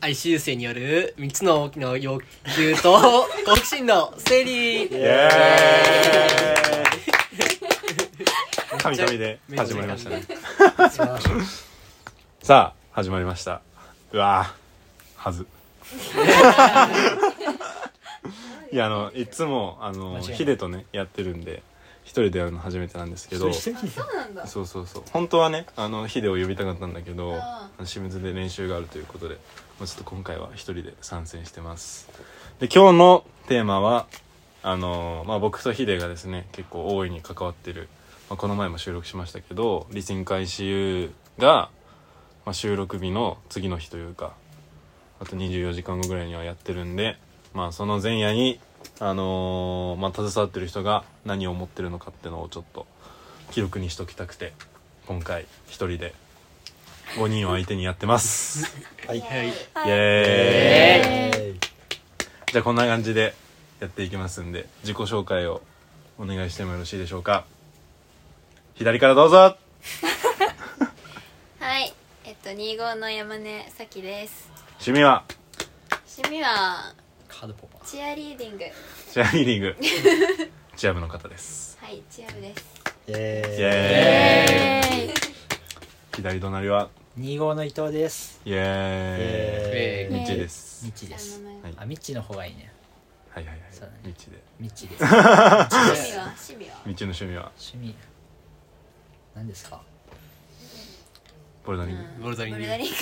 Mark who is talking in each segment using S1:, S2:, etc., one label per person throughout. S1: 哀愁生による3つの大きな要求と好奇心の整理
S2: イエーイ神々で始まりましたねさあ始まりましたうわーはずいやあのいつもあ
S1: 間
S2: の
S1: 違いない
S2: ヒデとねやってるんで一人でやるの初めてなんですけど
S3: そうなんだ
S2: そうそうそう本当はねあのヒデを呼びたかったんだけど
S3: あ
S2: 清水で練習があるということでもうちょっと今回は一人で参戦してますで今日のテーマはあのーまあ、僕とヒデがですね結構大いに関わってる、まあ、この前も収録しましたけど「リスン開始 u が、まあ、収録日の次の日というかあと24時間後ぐらいにはやってるんで、まあ、その前夜に、あのーまあ、携わってる人が何を思ってるのかっていうのをちょっと記録にしときたくて今回一人で5人を相手にやってます
S4: はい
S1: はい
S2: イエーイ
S4: え
S2: じゃあこんな感じでやっていきますんで自己紹介をお願いしてもよろしいでしょうか左からどうぞ
S3: はいえっと2号の山根咲希です
S2: 趣味は
S3: 趣味は
S1: カードポー
S3: チアリーディング
S2: チアリーディング チア部の方です
S3: はいチア部です
S4: ー
S2: イ
S4: え
S2: エーイ左隣は
S4: ー2号の伊藤です
S2: イエ
S4: え
S2: ーイ
S3: イ
S2: ミッ
S3: エーイ
S2: チーです
S4: みっちです
S3: あの
S2: はい
S4: あみっちの方がいいね
S2: はいはいはい
S4: そうだね
S2: ミッチーで
S4: みっ ちです
S3: 趣味は趣味は
S2: ミッチーの趣味は
S4: 趣味何ですか
S2: ボルダリング
S1: ボルダリング
S3: ボルダリング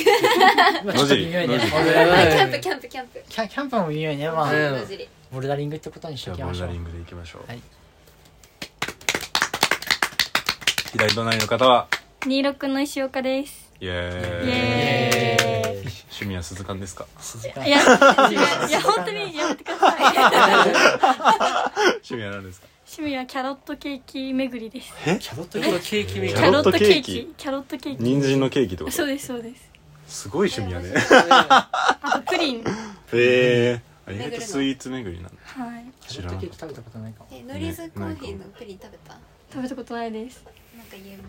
S4: 今ちょっと微妙いね
S2: 野尻
S4: ボルダリング
S3: あキャンプキャンプキャンプ
S4: キャキャンプも微妙いねまあ
S1: うん
S3: 野尻
S4: ボルダリングってことにし
S2: じ
S4: と
S2: ゃ
S4: き
S2: あボ
S4: ま
S2: ル
S4: しょ
S2: ダ
S4: う
S2: リングでいきましょう
S4: はい
S2: 左隣の方は
S5: 二六の石岡です。
S2: イエーイ
S5: イエー
S2: 趣味は鈴鹿ですか
S4: 静か
S5: イ。いや、いや、本当にやめてください。
S2: 趣味は何ですか
S5: 趣味はキャロットケーキ巡りです。
S4: キャロット
S1: と
S4: ケ
S1: いうこ
S4: ー
S1: とケーキメ
S2: キ
S1: ーカ
S5: キ
S2: ャ
S5: ャ
S1: ー
S2: ロ
S5: ロ
S2: ッ
S5: ッ
S2: ト
S5: ト
S2: ケ
S5: ケ
S2: ー
S5: ー
S2: キ
S5: キ、キャロットケーキ。
S2: 人参のケーキってこと
S5: そうです、そうです。
S2: すごい趣味やね
S5: あとプリン。
S2: ええ意
S3: 巡
S2: 外
S3: るの
S2: とスイーツ巡りなんだ
S5: はい。
S2: 知
S4: キ
S2: らなかっ
S4: 食べたことないかも
S3: えノリズコーヒーのプリン食べた
S5: 食べたことないです。
S3: なんか有名だよ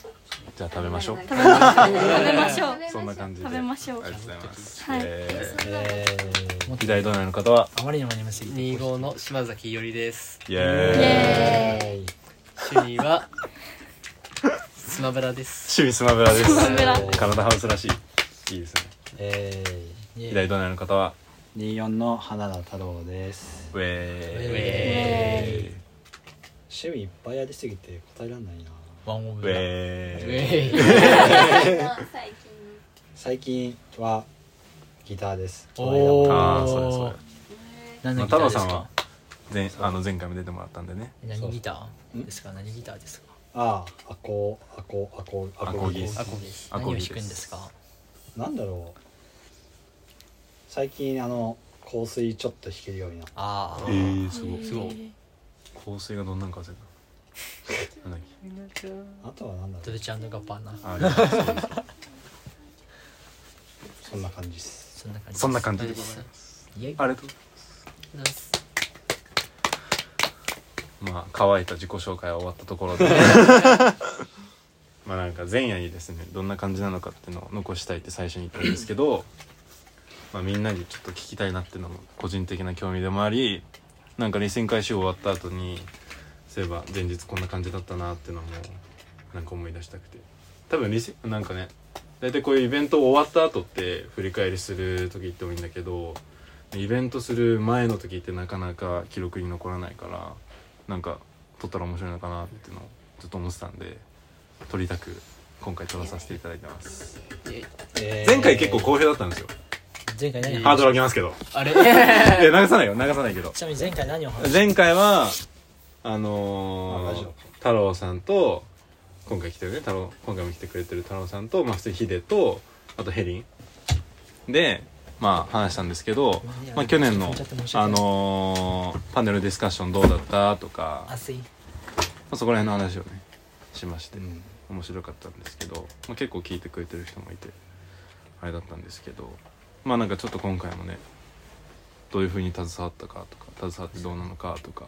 S2: たじゃあ食べましょう
S3: 食
S5: 食べましょう。食べましょう。
S2: そんな感じで
S5: 食べましょう
S2: ありがとうございます
S5: はい
S2: えー
S4: えーもっと
S2: 左隣の方は
S4: あまりにも眠すぎて
S1: 2号の島崎よりです
S2: イ
S5: イ
S2: エーイ
S5: エ
S4: え
S1: 趣味はスマブラです
S2: 趣味スマブラです
S5: スマブラ
S2: カナダハウスらしいいいですね
S4: ーえーイエー
S2: 左隣の方は
S4: 24の花田太郎です
S2: ウェーイ
S1: え
S2: ウ
S6: 趣味いっぱいやりすぎて答えられないな
S4: ワンオブだ
S1: ー
S2: ェーイ
S1: イ
S3: ね最近
S6: 最近はギターです
S4: おー
S2: ああそうやそうや
S4: 何
S2: ま
S4: の
S2: あ
S4: ギ
S2: 太
S4: ター
S2: 郎
S4: です
S2: さん
S4: か
S2: は前あの前回も出てもらったんでね
S4: 何ギタ
S6: そ
S4: ー
S6: うん
S4: ですか何ギターですか
S6: ああアコーアコーアコー
S2: アコギ
S1: アコギです
S2: ア
S4: 何
S2: コ
S4: を
S2: ギ
S4: 弾
S2: です
S4: くんですか
S6: なんだろう最近あの香水ちょっと弾けるようになっ
S4: あ
S2: え
S4: あ
S2: ーすごい
S1: すごい
S2: 香水がどんなんか忘れたなんだっけ
S6: たあとはなんだ
S4: ド
S6: ろう
S4: ルチアンドガッパーナ
S2: あーそうそうそう
S6: そんな感じです
S4: そんな感じ
S2: そんな感
S1: あ
S2: じ
S1: りがと
S2: で
S1: うご
S2: す
S1: ざいます
S4: じ
S2: ありがとうまあ乾いた自己紹介は終わったところでまあなんか前夜にですねどんな感じなのかっていうのを残したいって最初に言ったんですけどまあみんなにちょっと聞きたいなっていうのも個人的な興味でもありなんかレッスン回収終わった後にそういえば前日こんな感じだったなっていうのもなんか思い出したくて多分リセなんかね大体こういうイベント終わった後って振り返りする時って多いんだけどイベントする前の時ってなかなか記録に残らないからなんか撮ったら面白いのかなっていうのをずっと思ってたんで撮りたく今回撮らさせていただいてます前回結構好評だったんですよ
S4: 前回何
S1: えー
S4: 話
S2: ハードル上げますけど
S1: あれ
S2: いや流さないよ流さないけど
S4: ちなみに前回何を話した
S2: 前回はあ
S6: あ
S2: の
S6: ラジ
S2: ー
S6: オ、
S2: 太郎さんと今回来てるね太郎今回も来てくれてる太郎さんと、まあ、普通にヒデとあとヘリンでまあ話したんですけど、まあ、去年の、あのーパネルディスカッションどうだったとか、ま
S4: 熱い
S2: あ、そこら辺の話をねしまして、
S6: うん
S2: 面白かったんですけど、まあ、結構聞いてくれてる人もいてあれだったんですけどまあなんかちょっと今回もねどういうふうに携わったかとか携わってどうなのかとか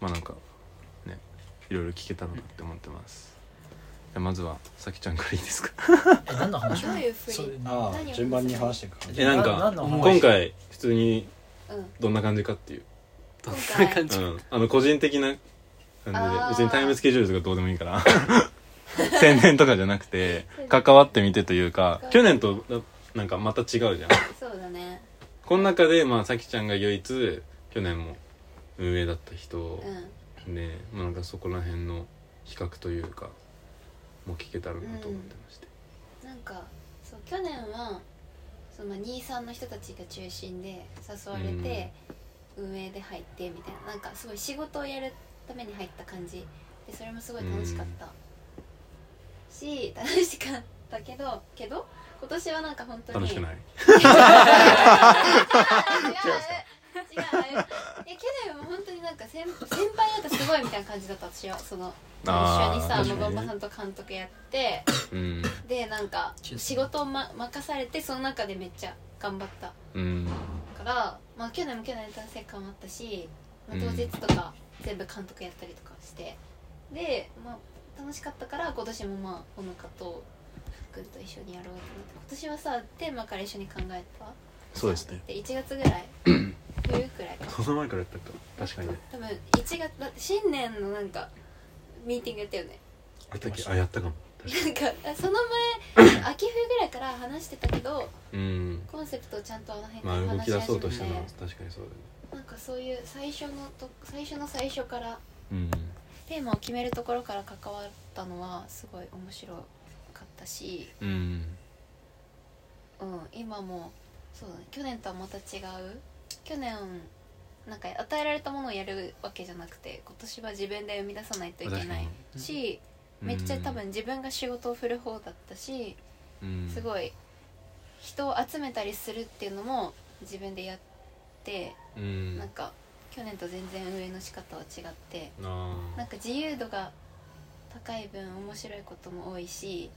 S2: まあなんかねいろいろ聞けたらなって思ってますゃあまずはさきちゃんからいいですか
S4: え何の話
S3: どういう振
S4: それ
S3: り
S6: あ
S3: 何
S6: あ
S3: を
S6: 順番に話していく感じ
S2: えなん
S4: 何
S2: か
S4: の話
S2: 今回普通に
S3: うん
S2: どんな感じかっていう、
S1: ど
S3: 今
S1: ん
S3: 回
S1: な感じ
S2: う
S1: か
S2: ん、あの個人的な感じ
S3: あ
S2: で
S3: ー
S2: 別にタイムスケジュールとかどうでもいいから 宣伝とかじゃなくて関わってみてというか去年となんかまた違うじゃん
S3: そうだね
S2: この中でまあさきちゃんが唯一去年も運営だった人
S3: うん
S2: で、まあ、なんかそこら辺の比較というかもう聞けたらなと思ってまして、
S3: なんかそう去年はその兄さんの人たちが中心で誘われて、運営で入ってみたいななんかすごい仕事をやるために入った感じでそれもすごい楽しかった、し楽しかったけどけど今年はなんか本当に
S2: 楽しくないい
S3: 違う違ういや去年は本当になんか先先輩だとすごいみたいな感じだった私はその一緒に
S2: あー確
S3: さ
S2: かにね
S3: 信岡さんと監督やって
S2: うん
S3: でなんか仕事を、ま、任されてその中でめっちゃ頑張った
S2: うん
S3: から、まあ、去年も去年で達成感もあったし、まあ、
S2: うん
S3: 当日とか全部監督やったりとかして、で、まあ、楽しかったから今年もまあほのかとふっくんと一緒にやろうと思って今年はさテーマから一緒に考えた
S2: そうですね
S3: で1月ぐ らい冬くらいか
S2: その前からやったか確かにね
S3: 多分1月だって新年のなんかミーティングやったよね
S2: あったっけあやったかも確か
S3: なんかあその 前秋冬ぐらいから話してたけど
S2: にうん
S3: コンセプトをちゃんとあの辺
S2: まあ動
S3: 話
S2: き
S3: し
S2: 出
S3: 始
S2: そ
S3: め
S2: う
S3: て
S2: としたのは確かにそう
S3: なんかそういう最初のと最初の最初から
S2: だね
S3: テーマを決めるところから関わったのはすごい面白かったし、
S2: うんうん
S3: うん、今もそうだね去年とはまた違う去年なんか与えられたものをやるわけじゃなくて今年は自分で生み出さないといけないし、めっちゃ多分自分が仕事を振る方だったし、す
S2: い
S3: ごい人を集めたりするっていうのも自分でやって、
S2: うん
S3: なんか去年と全然運営の仕方は違って。
S2: あ
S3: なんか自由度が高い分面白いことも多いし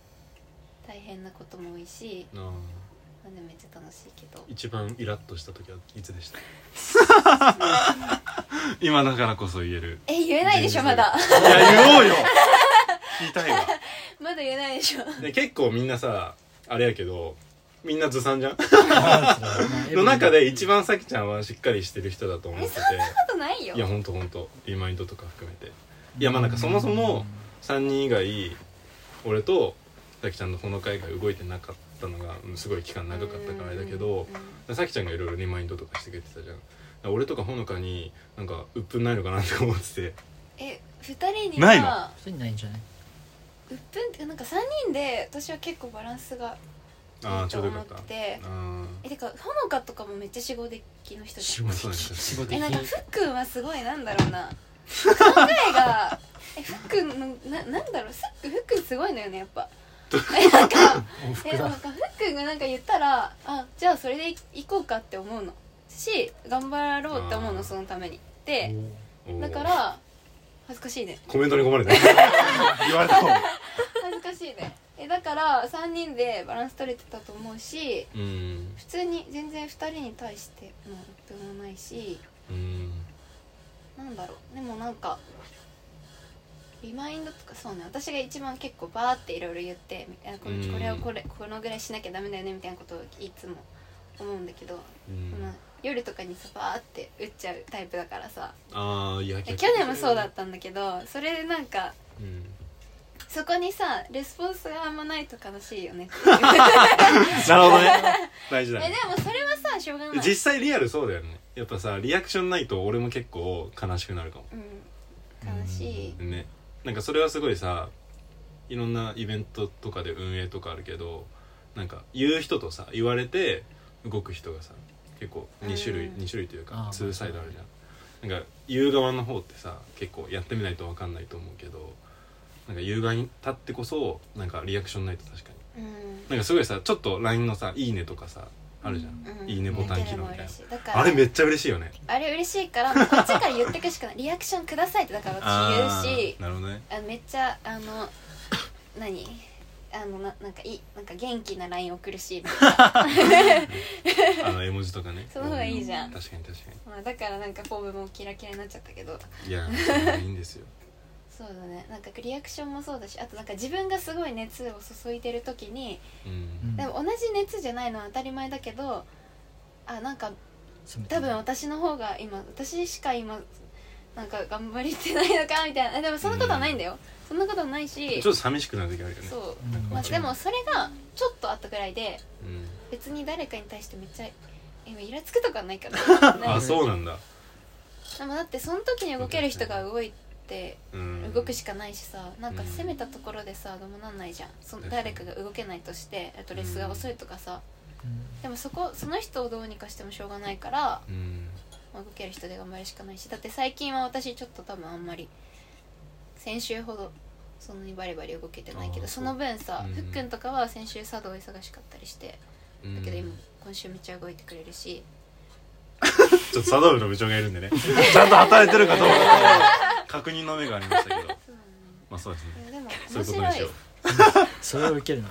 S3: 大変なことも多いし
S2: ーあー
S3: なんでめっちゃ楽しいけど
S2: 一番イラッとした時はいつでした今だからこそ言える
S3: え言えないでしょまだ
S2: いや言おうよ聞いたいわ
S3: まだ言えないでしょ
S2: で結構みんなさあれやけどみんなずさんじゃん
S4: の
S2: の中で一番さきちゃんはしっかりしてる人だと思って
S3: あとないよ
S2: ていやほんとほんとリマインドとか含めていやまあなんかそもそも3人以外俺とさきちゃんのこの会が動いてなかったのがうんすごい期間長かったからあれだけどさきちゃんがいろいろリマインドとかしてくれてたじゃんだから俺とかほのかになんか鬱憤ないのかなって思ってて
S3: え二人に
S2: ないの
S3: は
S4: 普通にないんじゃないう
S3: っぷんってかなんか三人で私は結構バランスが
S2: あ
S3: い
S2: あ
S3: い
S2: ち
S3: と
S2: ょうどよ
S3: 思
S2: かっ
S3: ったて
S2: あ
S3: えてかほのかとかもめっちゃ死後できの人じゃん
S2: あそうなんですよ
S4: 仕事
S3: え
S4: 的
S3: なんかふっくんはすごいなんだろうな考えがえふっくんのななんだろうすっくふっくんすごいのよねやっぱえなんかえなんかふっくんがなんか言ったらあじゃあそれでい行こうかって思うのし頑張ろうって思う
S2: あー
S3: のそのためにで
S2: おー
S3: だから恥ずかしいね
S2: コメントに困るね言われた方
S3: 恥ずかしいねえだから3人でバランス取れてたと思うし
S2: うん
S3: 普通に全然2人に対してもう分もないし
S2: うん
S3: なんだろうでもなんかリマインドとかそうね私が一番結構バーっていろいろ言ってみあ
S2: う
S3: こ
S2: ん
S3: れこれをこれこのぐらいしなきゃダメだよねみたいなことをいつも思うんだけど、
S2: うん
S3: まあ、夜とかにさバーって打っちゃうタイプだからさ
S2: ああいや
S3: 去
S2: 逆
S3: 年もそうだったんだけどそれでなんか
S2: うん
S3: そこにさレスポンスがあんまないと悲しいよね
S2: なるほどね 大事
S3: え
S2: だ
S3: で
S2: ね
S3: もそれはさしょうがない、
S2: 実際リアルそうだよねやっぱさリアクションないと俺も結構悲しくなるかも
S3: うん、悲しい
S2: ねなんかそれはすごいさいろんなイベントとかで運営とかあるけどなんか言う人とさ言われて動く人がさ結構2種類、
S3: うん
S2: 二種類というか
S4: あー
S2: 2サイドあるじゃんなんか言う側の方ってさ結構やってみないと分かんないと思うけどなんか言う側に立ってこそなんかリアクションないと確かに
S3: うん
S2: なんかすごいさちょっと LINE のさ「いいね」とかさあるじゃん、
S3: うん
S2: いいねボタン機能みたいな
S3: だけでも嬉しいだから
S2: あれめっちゃ嬉しいよね
S3: あれ嬉しいからもうこっちから言ってくしかないリアクションくださいってだから私言うし
S2: あーなるほどね
S3: あめっちゃあの何あのななんかいいなんか元気な LINE 送るし、
S2: あの絵文字とかね
S3: その方がいいじゃん
S2: 確かに確かに
S3: まあ、だからなんかフォームもキラキラになっちゃったけど
S2: いやいいんですよ
S3: そうだねなんかリアクションもそうだしあとなんか自分がすごい熱を注いでる時に
S2: うん
S3: でも同じ熱じゃないのは当たり前だけどあなんか多分私の方が今私しか今なんか頑張りてないのかみたいなえでもそんなことはないんだよ、そんなことはないし
S2: ちょっと寂しくなる時あるよね
S3: そう
S4: うん
S3: まあ、でもそれがちょっとあったくらいで
S2: うん
S3: 別に誰かに対してめっちゃ今イラつくとかないから
S2: あそうなんだ
S3: でもだってその時に動ける人が動いて
S2: うん
S3: 動くしかないしさなんか攻めたところでさどうもなんないじゃんそ
S2: 確かに
S3: 誰かが動けないとしてあとレスが遅いとかさ
S4: うん
S3: でもそこその人をどうにかしてもしょうがないから、
S2: うん
S3: まあ、動ける人で頑張るしかないしだって最近は私ちょっと多分あんまり先週ほどそんなにバリバリ動けてないけ
S2: あ
S3: ど
S2: ー
S3: そ
S2: そう
S3: の分さ、
S2: うん
S3: ふっくんとかは先週茶道忙しかったりして
S2: うん
S3: だけど今今週めっちゃ動いてくれるし
S2: ちょっと茶道部の部長がいるんでねちゃんと働いてるかどう か確認の目がありましたけど
S3: そう
S2: まあそうですね
S3: だねでも
S2: そういうこと
S3: 面
S2: に
S3: 白
S2: し
S3: い
S2: よう
S4: それを受けるな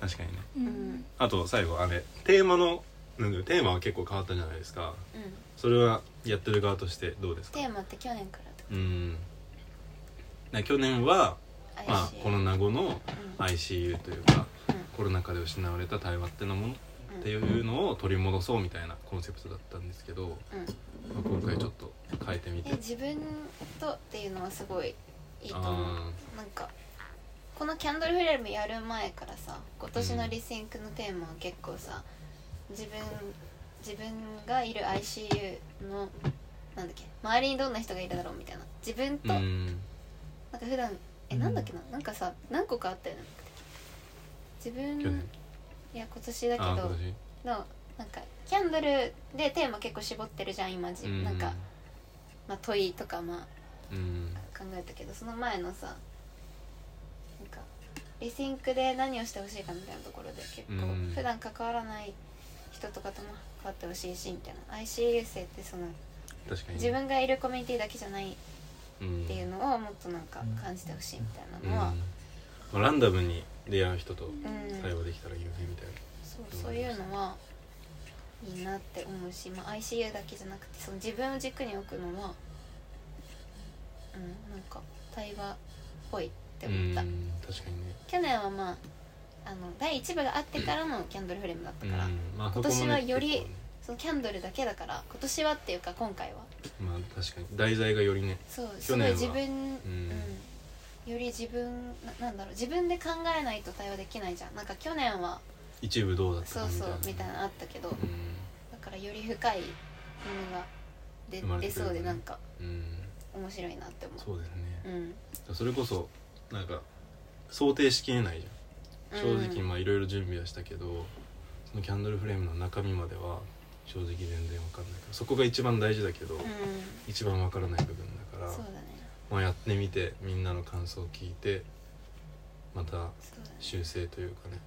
S2: 確かにね
S5: うん
S3: うん
S2: あと最後あれテーマのなんだろうテーマは結構変わったじゃないですか
S3: うん
S2: それはやってる側としてどうですか
S3: テーマって去年からと
S2: うんな去年は、
S3: か
S2: まあ、コロナ後の
S3: うん
S2: ICU というか、
S3: うん
S2: コロナ禍で失われた対話ってのもの
S3: うん
S2: っていうのを取り戻そうみたいなコンセプトだったんですけど、
S3: うん
S2: まあ、今回ちょっと変えてみて
S3: え自分とっていうのはすごいいいと思う
S2: あ
S3: なんかこの「キャンドルフレーム」やる前からさ今年のリスインクのテーマは結構さ自分自分がいる ICU のなんだっけ周りにどんな人がいるだろうみたいな自分と、
S2: ーうん
S3: なんか普段えなんだっけななんかさ何個かあったよね自分
S2: 去年
S3: いや今年だけ
S2: ああ今
S3: ど
S2: 年
S3: のなんかキャンドルでテーマ結構絞ってるじゃん今自
S2: うん
S3: なんか、まあ、問いとかまあ
S2: うん
S3: 考えたけどその前のさなんかリシンクで何をしてほしいかみたいなところで結構、
S2: うん
S3: 普段関わらない人とかとも関わってほしいしみたいな ICU 生ってその
S2: 確かに
S3: 自分がいるコミュニティだけじゃない
S2: っ
S3: っていうのをもっとなんか感じてほしいみたいなのは、
S2: まあ、ランダムに出会う人と
S3: うん
S2: 対応できたらいいよねみたいな
S3: そうそういうのはいいなって思うし、まあ、ICU だけじゃなくてその自分を軸に置くのはうんなんか対話っぽいって思った。
S2: うん確かにね
S3: 去年はまああの第1部があってからのキャンドルフレームだったから、
S2: うんまあ
S3: 今年はより
S2: そこもね
S3: そのキャンドルだけだから今年はっていうか今回は
S2: 結構ねまあ確かに題材がよりね
S3: そうす
S2: 去
S3: ご
S2: 年
S3: い
S2: は
S3: 自分、
S2: うん
S3: うんより自分ななんだろう自分で考えないと対応できないじゃんなんか去年は
S2: 一部どうだった
S3: そ
S2: か
S3: う
S2: みたい
S3: そ
S2: うな
S3: みたいなのあったけど、
S2: う
S3: だからより深いも
S2: 生ま
S3: のが出
S2: れ
S3: 出
S2: てくる
S3: そう
S2: よね
S3: でなんか
S2: ん、うん、
S3: 面白いなって思
S2: そうです
S3: うう
S2: ね、
S3: ん
S2: それこそなんか想定しきれないじゃん
S3: う
S2: 正
S3: ん
S2: 直まあいろいろ準備はしたけど、そのキャンドルフレームの中身までは正直全然わかんないからそこが一番大事だけど、
S3: うん
S2: 一番わからない部分だから
S3: そうだね
S2: まあ、やってみてみんなの感想を聞いてまた
S3: そうだね
S2: 修正というかね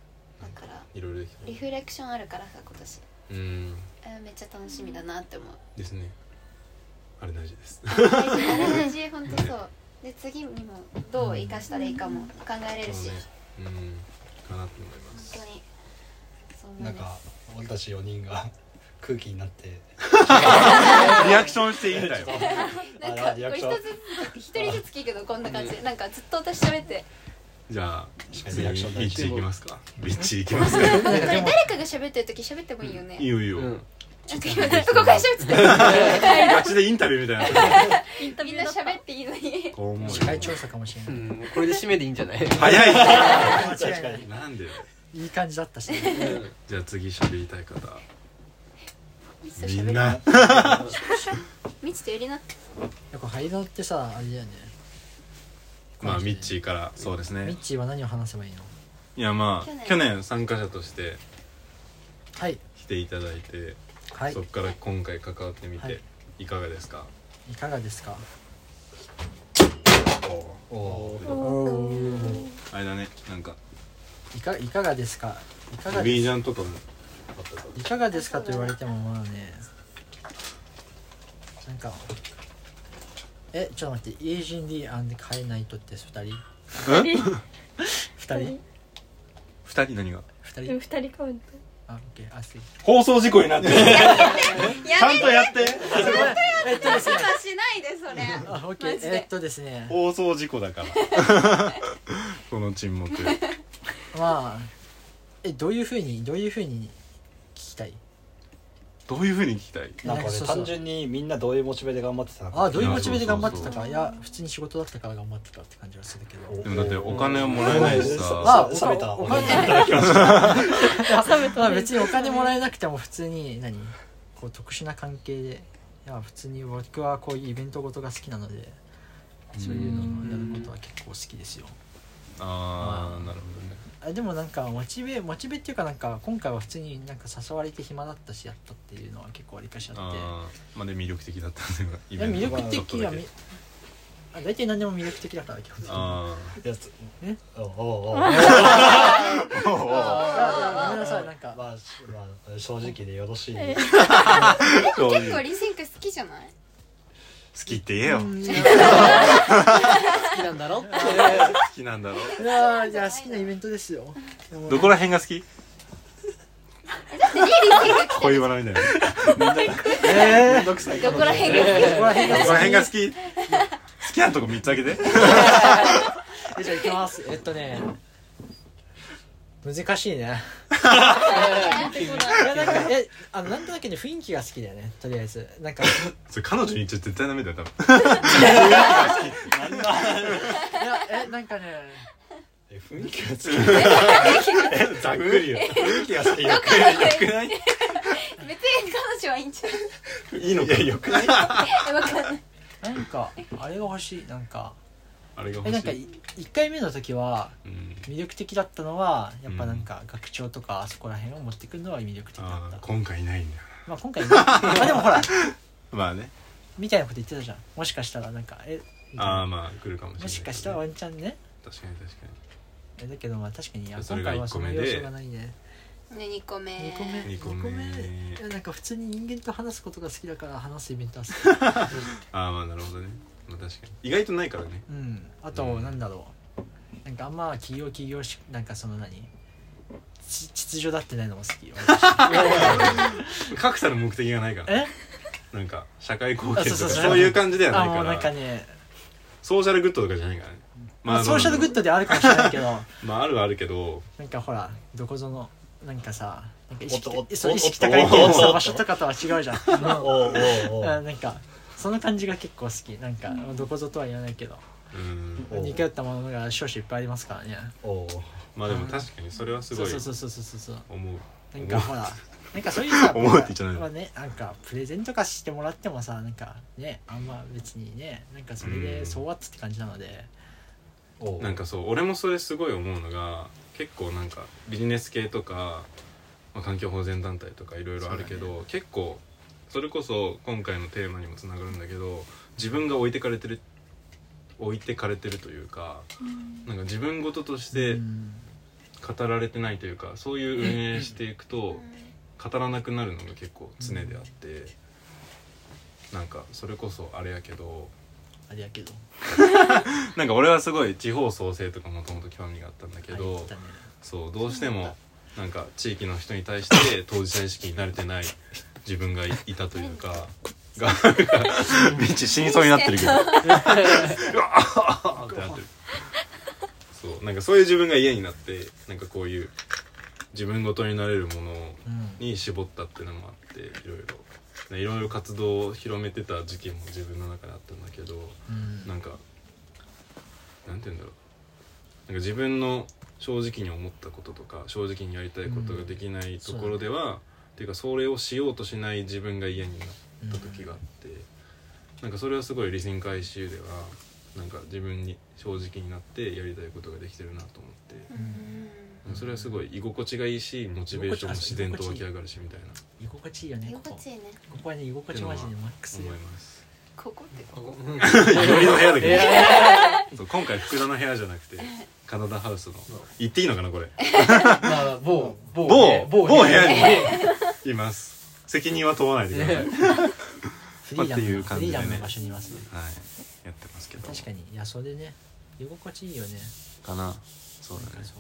S3: だから
S2: いろいろできた
S3: リフレクションあるからさ今年
S2: うん
S3: えーめっちゃ楽しみだなって思う
S2: ですねあれ大事です
S3: 大事 本当そうで次にもどう生かしたらいいかも考えれるし、
S2: そうねうんかなと思います
S3: 本当にそう思い
S6: な
S3: ま
S6: ん
S3: す
S6: か俺たち4人が 空気になって
S2: リアクションしていいんだよ
S3: なん
S6: あ
S3: か
S6: ーリア
S3: こ
S6: ク
S3: う一
S6: シ
S3: つ
S6: ョ
S3: ずつ一人
S6: ン
S3: ずつ聞くけどこんな感じでなんかずっと私喋って
S2: じゃあ
S6: にリアクション大事
S2: ビッチ行きますかビッチ行きますか
S3: これ誰かが喋ってる時喋ってもいいよね
S2: いいよいいよ、
S1: うん
S3: なんか今ここから喋ってた
S2: ガチでインタビューみたいな
S3: みんな喋っていいのに
S2: こう思うよ
S4: 司会調査かもしれ
S1: う
S4: ない
S1: んこれで締めでいいんじゃない
S2: 早い
S4: 間違い
S6: 確
S4: な
S6: か
S4: い
S6: に
S2: なんで
S4: いい感じだったしね
S2: じゃあ次喋りたい方みん
S3: み
S2: な
S3: みちとよりな
S4: やっぱハイドってさあれだよね
S2: まあミッチーからそうです
S4: ミッ
S2: ね
S4: チーは何を話せばいいの
S2: いやまあ去
S3: 去
S2: 年参加者として
S4: はい
S2: 来ていただいて、
S4: はい
S2: そこから今回関わってみて、
S4: はい
S2: い、かがですか
S4: いかがですか
S6: おおー
S2: あれだねなんか
S4: いかいかがですかいかが
S2: ビージ
S4: で
S2: ャンとかもあったか
S4: いかがですかと言われてもまあねなんかえちょっと待ってイージン・リーカイナイトって2人
S2: らえ
S4: 2人
S2: 二人何が
S4: 2
S5: でも
S4: 人
S5: 二人カウント
S4: あオッケーあすい
S2: 放送事故になってるちゃんとやって
S4: えっとですね
S3: かしないでそれ
S4: あオッケ
S3: マ
S4: ー
S3: ジで
S4: えっとですね
S2: 放送事故だから この沈 黙
S4: まあえどういうふうにどういうふうに聞きたい
S2: どういうふうに聞きたい
S6: なんかね
S4: そうそう
S6: 単純にみんなどういうモチベで頑張ってたのか
S4: あどういうモチベで頑張ってた
S2: そう
S4: かいや普通に仕事だったから頑張ってたって感じはするけど
S2: でもだってお金はもらえないし
S6: そう
S2: さ
S4: あ
S6: 冷めた
S4: お金
S6: お
S4: まあ別にお金もらえなくても普通に何こう特殊な関係でいや普通に僕はこういうイベントごとが好きなのでそういうのをやることは結構好きですよ
S2: ああなるほどね
S4: あでもなんかモチベモチベっていうかなんか今回は普通になんか誘われて暇だったしやったっていうのは結構ありかしあって
S2: あーまあで魅力的だったんだ
S4: い
S2: よ
S4: や魅力
S2: ちょっと
S4: 的
S2: だ
S4: は
S2: け
S4: みあ大体何でも魅力的だから基本的に
S2: あ
S6: やつ
S4: え
S6: おうおうおう
S4: あごめんなさいなんか
S6: まあ、しまあ、正直でよろしい、
S5: え
S2: あ結
S3: 結構リセンク好きじゃない
S2: 好きって言えよ好
S1: 好きなんだろって
S2: きなんだろ
S4: いやーじゃあ好きなイベントですよでも
S2: どこら辺が好き恋バナみたいなめんどくめんどくさい
S3: どこら辺が
S4: どこら辺
S2: ど
S4: が
S2: こら辺が
S4: 好
S2: 好き好きなとこ3つあげて
S4: き じゃあ行きますえっとね難 しいねいやなんかえあのなんとなくね雰囲気が好きだよねとりあえずなんかい
S2: それ彼女に言っちゃ絶対ダメだよ多分
S4: やえなんかね
S6: え雰囲気が好き
S2: ざっくりよ
S6: 雰囲気が好きよ
S2: くない
S3: 別に彼女はいいんじゃない
S2: いいのかよくない
S3: えわかんない
S4: なんかあれが欲しいなんか
S2: あれが欲
S4: えなんか
S2: しい
S4: い一回目の時は
S2: うん
S4: 魅力的だったのはやっぱなんか学長とかあそこら辺を持ってくるのは魅力的だ
S2: あ
S4: った
S2: ー、今回いないんだよ
S4: まあ今回ね あでもほら
S2: まあね
S4: みたいなこと言ってたじゃんもしかしたらなんかえみたい
S2: ああ
S4: な
S2: まあ来るかもしれない
S4: もしかしたらワンチャンね
S2: 確かに確か
S4: えだけどまあ確かにいや
S2: それが
S4: 今回は
S2: 一
S4: そ
S2: 個
S4: の
S2: 目で
S4: 要素がないね
S3: ね二個目
S4: 2個目
S2: 二個目
S4: 二いやなんか普通に人間と話すことが好きだから話すイベントは好き
S2: にああまあなるほどねまあ確かに意外とない からね
S4: うんあとなんだろう、なんかあんま企業企業しなんかその何ち秩序だってないのも好 きよ
S2: 確たる目的がないから
S4: え
S2: なんか社会貢献と
S4: あ
S2: か
S4: そうそうそう
S2: そういう感じではな
S4: あ
S2: い
S4: も
S2: か
S4: うなんからね、
S2: ソーシャルグッドとかじゃないからね
S4: まあ、ソーシャルグッ
S2: ド
S4: ドであるかもしれないけど
S2: まああるはあるけど
S4: なんかほらどこぞのなんかさなんか意
S6: おっとおっ
S4: 識
S6: と
S4: そう
S6: おっ
S4: 意
S6: と
S4: 識高い系の
S6: おっ
S4: さ
S6: と
S4: 場所とかとは違うじゃん
S6: おうおうお
S4: あ
S6: う
S4: なんかその感じが結構好きなんかどこぞとは言わないけど
S2: うん
S6: おう
S4: 似通ったものが少々いっぱいありますからね
S6: おう
S2: まあでも確かにそれはす
S4: そ
S2: ご
S4: う
S2: い
S4: そうそうそうそうそう
S2: 思う
S4: なんかほらなんかそういうさ
S2: 思うって言っちゃダメだ
S4: まあねなんかプレゼントかしてもらってもさなんかねあんま別にねなんかそれ
S2: う
S4: で
S2: ん
S4: そうわっつって感じなので
S6: おう
S2: なんかそう俺もそれすごい思うのが結構なんかビジネス系とか、まあ、環境保全団体とかいろいろあるけど、結構それこそ今回のテーマにもつながるんだけど自分が置いてかれてる置いてかれてるというかなんか自分事として
S4: うん
S2: 語られてないというかそういう運営していくと語らなくなるのが結構常であってなんかそれこそあれやけど
S4: あれやけど
S2: なんか俺はすごい地方創生とかもともと興味があったんだけ
S4: あれ
S2: ど
S4: 言っ。たね
S2: そうどうしてもなんか地域の人に対して 当事者意識に慣れてない自分がいいたという かが道死にそうになってるけどうわ あってなってるそうなんかそういう自分が嫌になってなんかこういう自分ごとになれるもの
S4: うん
S2: に絞ったっていうのもあっていろいろいろいろ活動を広めてた時期も自分の中であったんだけど
S4: うん
S2: なんかなんて言うんだろうなんか自分の正直に思ったこととか正直にやりたいことができないところでは、っていうかそれをしようとしない自分が嫌になった時があって、なんかそれはすごい理性回収ではなんか自分に正直になってやりたいことができてるなと思って、それはすごい居心地がいいしモチベーションも自然と湧き上がるしみたいな
S4: 居心地いいよね
S3: 居
S4: ここ
S3: 心地いいね
S4: ここはね居心地マジでマックス
S2: 思
S4: よ
S2: います。
S3: ここってここ
S2: いろりの部屋だけど、そう今回福田の部屋じゃなくてカナダハウスの言っていいのかなこれ
S1: まあ某某
S2: 某
S1: ね
S2: 某部屋にいます責任は問わないでください、はい、
S4: フリーダ
S2: ってい
S4: ム
S2: う
S4: な
S2: 感
S4: フ
S2: じ
S4: リ
S2: で
S4: ー
S2: ね
S4: ダムの場所にいます
S2: やってますけど
S4: 確かにいやそれでね居心地いいよね
S2: かなそうだね
S4: そう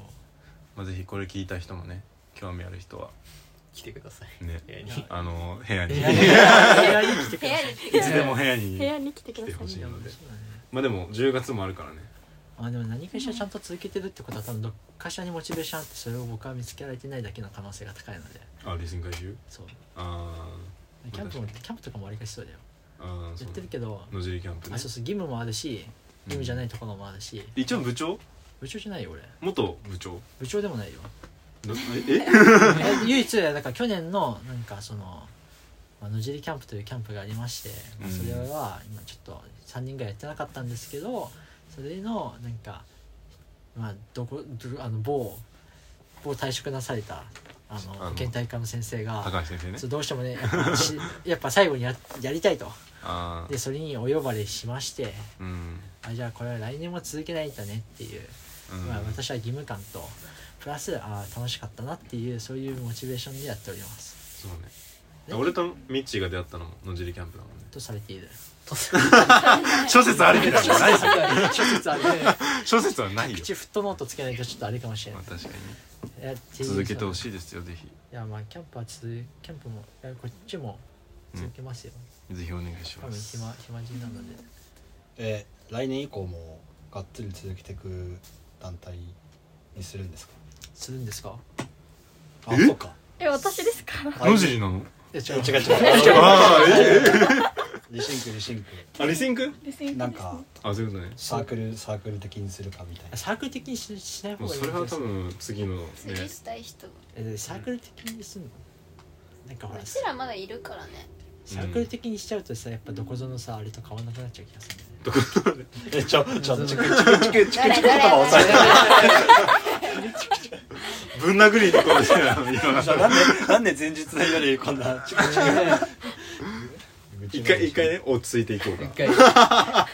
S2: まあぜひこれ聞いた人もね興味ある人は
S1: 来てください
S2: ね
S1: 部屋に
S2: あの部屋に
S4: 部屋に部屋に来てく
S3: 部
S4: だ
S3: 屋
S4: さ
S3: に
S4: い
S2: いつでも部屋に
S5: 部屋に来てくだ
S2: 来てほし
S5: さ
S2: い
S5: い
S2: ので
S4: そうだね
S2: まあでも10月もあるからね
S4: まあでも何かしらちゃんと続けてるってことは多分どっかしらにモチベーションあってそれを僕は見つけられてないだけの可能性が高いので
S2: あリスン回収
S4: そう
S2: あー
S4: キャンプも
S2: まあ確か
S4: キャンプとかもわりかしそうだよ
S2: にあー
S4: や
S2: そう
S4: ってるけど
S2: 野尻キャンプね
S4: あそうそう義務もあるし義務じゃないいところもあるし
S2: 一応部長
S4: 部長じゃないよ俺
S2: 元部長
S4: 部長でもないよ
S2: なえ
S4: え唯一だから去年のなんかそのまあ野尻キャンプというキャンプがありまして、まあ
S2: うん
S4: それは今ちょっと3人がやってなかったんですけどそれのなんかまあどこどあの某某退職なされたあ
S2: あの
S4: の保健体育科の先生が
S2: 高橋先生ね
S4: そうどうしてもねやっ ぱしやっぱ最後にややりたいと
S2: あ
S4: でそれにお呼ばれしまして
S2: あうん
S4: あじゃあこれは来年も続けないとねっていう
S2: うん
S4: まあ、私は義務感とプラスあー楽しかったなっていうそういうモチベーションでやっております
S2: そうね俺とミッチーが出会ったのも野尻キャンプだもんね
S4: とされている
S2: 諸説あるみたいな ないぞ
S4: 諸説ある
S2: 諸説はないよ
S4: 口フットノートつけないとちょっとあれかもしれな
S2: ま
S4: い
S2: あ確かにね
S4: いやっていう
S2: 続けてほ
S4: い
S2: しいですよぜひ
S4: やまあキャンプは続キャンプもいやこっちも続けますよ、
S2: ぜひお願いし
S4: 多
S2: ま
S4: 分
S2: す
S4: 暇暇人なので
S6: えー来年以降もがっつり続けていく団体にするんですか
S4: するんですか
S6: あそっか
S5: え私ですか
S2: 野尻なの
S4: いや違う
S6: 違う違う違う
S2: ああえ
S6: リシンクリシン
S2: えあリシンク
S5: レスリン
S6: ク
S5: グ
S6: なん
S5: ですね
S6: か
S2: あそういうことね
S6: サークルサークル的にするかみた いな
S4: サークル的にししない
S2: もう
S4: 方がいい
S2: それは多
S4: 気が
S2: 分次のね
S3: 釣りしたい人
S4: するえサークル的にすんのなんかほ
S3: う
S4: ら
S3: ちらまだいるからね
S4: サークル的にしちゃうとさやっぱどこぞのさあれと変わんなくなっちゃう気がするんだよね
S6: えちょちょちょ
S3: 誰誰誰
S2: ぶん殴りに行こうみたいな今
S6: なんでなんで前日の夜こんなチクチク
S2: 一回一回ね落ち着いていこうか
S1: 一回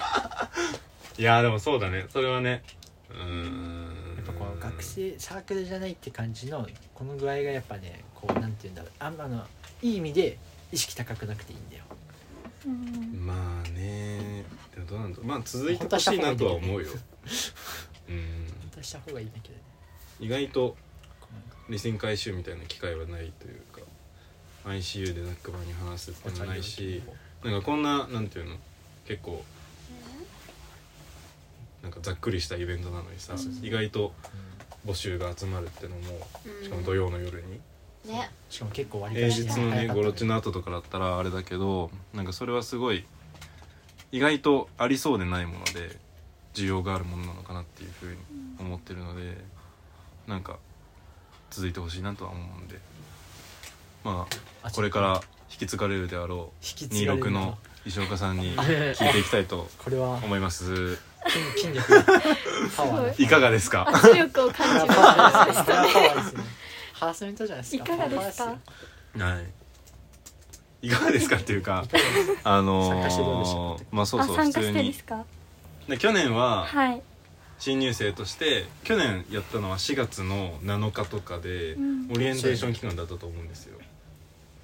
S2: いやーでもそうだねそれはねうーん
S4: やっぱこの学生サークルじゃないって感じのこの具合がやっぱねこうなんて言うんだろうあんまあのいい意味で意識高くなくていいんだよ
S5: うん
S2: まあねでもどうなんだろうまあ続いてほしいなとは思 うようん
S4: 出した方がいいんだけどね
S2: 意外と
S4: この
S2: 理線回収みたいな機会はないというか ICU で仲間に話すってのもないしなんかこんななんていうの結構なんかざっくりしたイベントなのにさ意外と募集が集まるってのもしかも土曜の夜に
S3: うんね
S4: しかも結構割り
S2: 平
S4: 返
S2: 日
S4: し
S2: のねゴロチ
S4: の
S2: の後とかだったらあれだけどなんかそれはすごい意外とありそうでないもので需要があるものなのかなっていうふうに思ってるのでなんか続いてほしいなとは思うんでまあこれから引き継がれるであろう
S4: 引き継がれる
S2: 26の石岡さんに聞いていきたいと
S4: こ れは
S2: 思います
S4: 筋筋力がパワーです
S2: いかがですか
S5: 圧力を感じ
S4: パ
S5: ま
S4: ワーですねパワーですねハラスメントじゃないです
S5: すい
S4: か
S5: かがです
S4: パワ
S5: か
S4: ー
S2: はいいかがですかっていうか
S4: ですよいかがですか
S2: あ
S4: 参加してどうでし
S2: の
S4: ょ
S2: ーまあそう
S5: あ
S2: そう普
S5: 参加
S2: 通
S5: してで
S2: に
S5: すか
S2: で去年は
S5: はい
S2: 新入生として去年やったのは4月の7日とかで、
S5: うん
S2: オリエンテーション期間だったと思うんですよ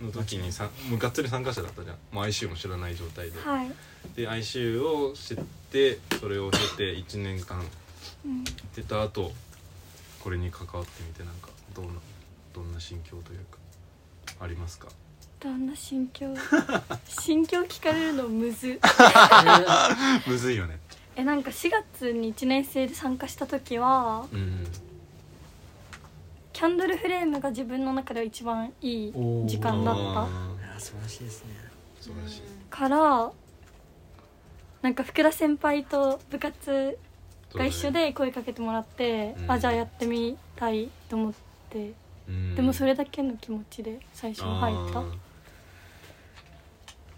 S2: の時にさもうがっつり参加者だったじゃんもう ICU も知らない状態で、
S5: はい
S2: で ICU を知ってそれを経て1年間
S5: うん
S2: 出た後これに関わってみてなんかどうなどんな心境というかあります か
S5: どんな心境心境聞かれるのむず
S2: むずいよね
S5: えなんか4月に1年生で参加した時は
S2: うん
S5: キャンドルフレームが自分の中では一番いい
S4: おー
S5: 時間だった
S4: いや素晴らしい ですね
S2: 素晴らしい
S5: からなんか福田先輩と部活が一緒、で声かけてもらって、
S2: うん
S5: あじゃあやってみたいと思って、
S2: うん
S5: でもそれだけの気持ちで最初入った
S2: あー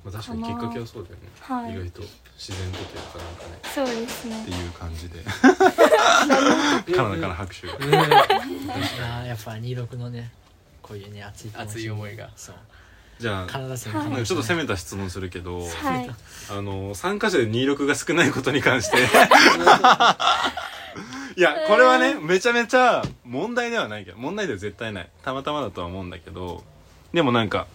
S2: まあ、確かにきっかけはそうだよね、
S5: はい
S2: 意外と自然とというかなんかね
S5: そうです
S2: っ
S5: ね
S2: ていう感 じでカナダから拍手が
S4: いやーやっぱ26のねこういうね熱い気持ち
S1: 熱い思いが
S4: そう
S2: じゃあ
S4: カナダ戦
S2: なんかちょっと攻めた質問するけど、
S5: はい
S2: あの参加者で入力が少ないことに 関していやこれはねめちゃめちゃ問題ではないけど問題では絶対ないたまたまだとは思うんだけどでもなんか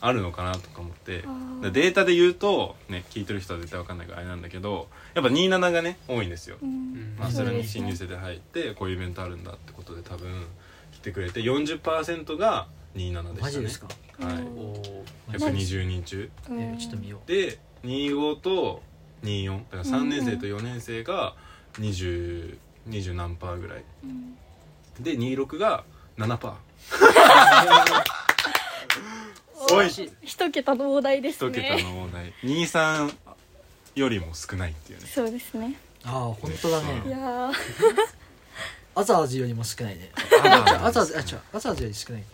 S2: あるのかなとか思って
S5: あー
S2: でデータで言うとね聞いてる人は絶対わかんないからあれなんだけどやっぱ27がね多いんですよ
S5: う、ん
S1: ん
S2: まあ、それ
S5: そう
S2: に
S5: ですね
S2: 新入生で入ってこういうイベントあるんだってことで多分来てくれて40%が27でしたね
S4: マジですか、
S2: はい
S5: おー
S2: 120人中
S5: うん
S4: えーちょっと見よ
S2: で25と24だから3年生と4年生が2020何パーぐらい
S5: うん
S2: で26が7パ
S4: う
S2: ーおい
S4: し
S5: 一桁の大台です
S2: 一桁
S5: ね
S2: の問題23よりも少ないっていうね
S5: そうですね
S4: ああ本当だ
S5: い
S4: ね
S5: やー
S4: アザーズよりも少ないね アザー ズあ違うアザーズより少ないか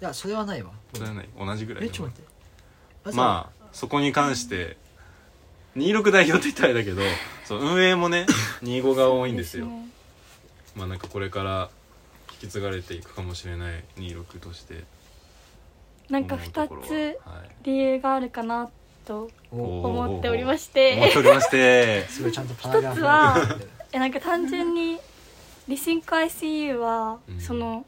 S4: いやそれはないわ
S2: それはない同じぐらい
S4: えちょっと待ってアザー
S2: まあそこに関して26代表って言ったらあれだけどそう運営も ね25が多いんですよ
S5: そうね
S2: まあなんかこれから引き継がれていくかもしれない26として
S5: なんか
S2: 思うとこ
S5: 2
S2: ろは
S5: つ
S2: はい
S5: 理由があるかなと
S4: お
S5: 思っておりまし
S2: 思って
S5: て
S2: おりまして
S4: すごいちゃんとパラグラフ
S5: 一つ
S4: が
S5: えなんか単純にリシンク ICU は
S2: うん
S5: その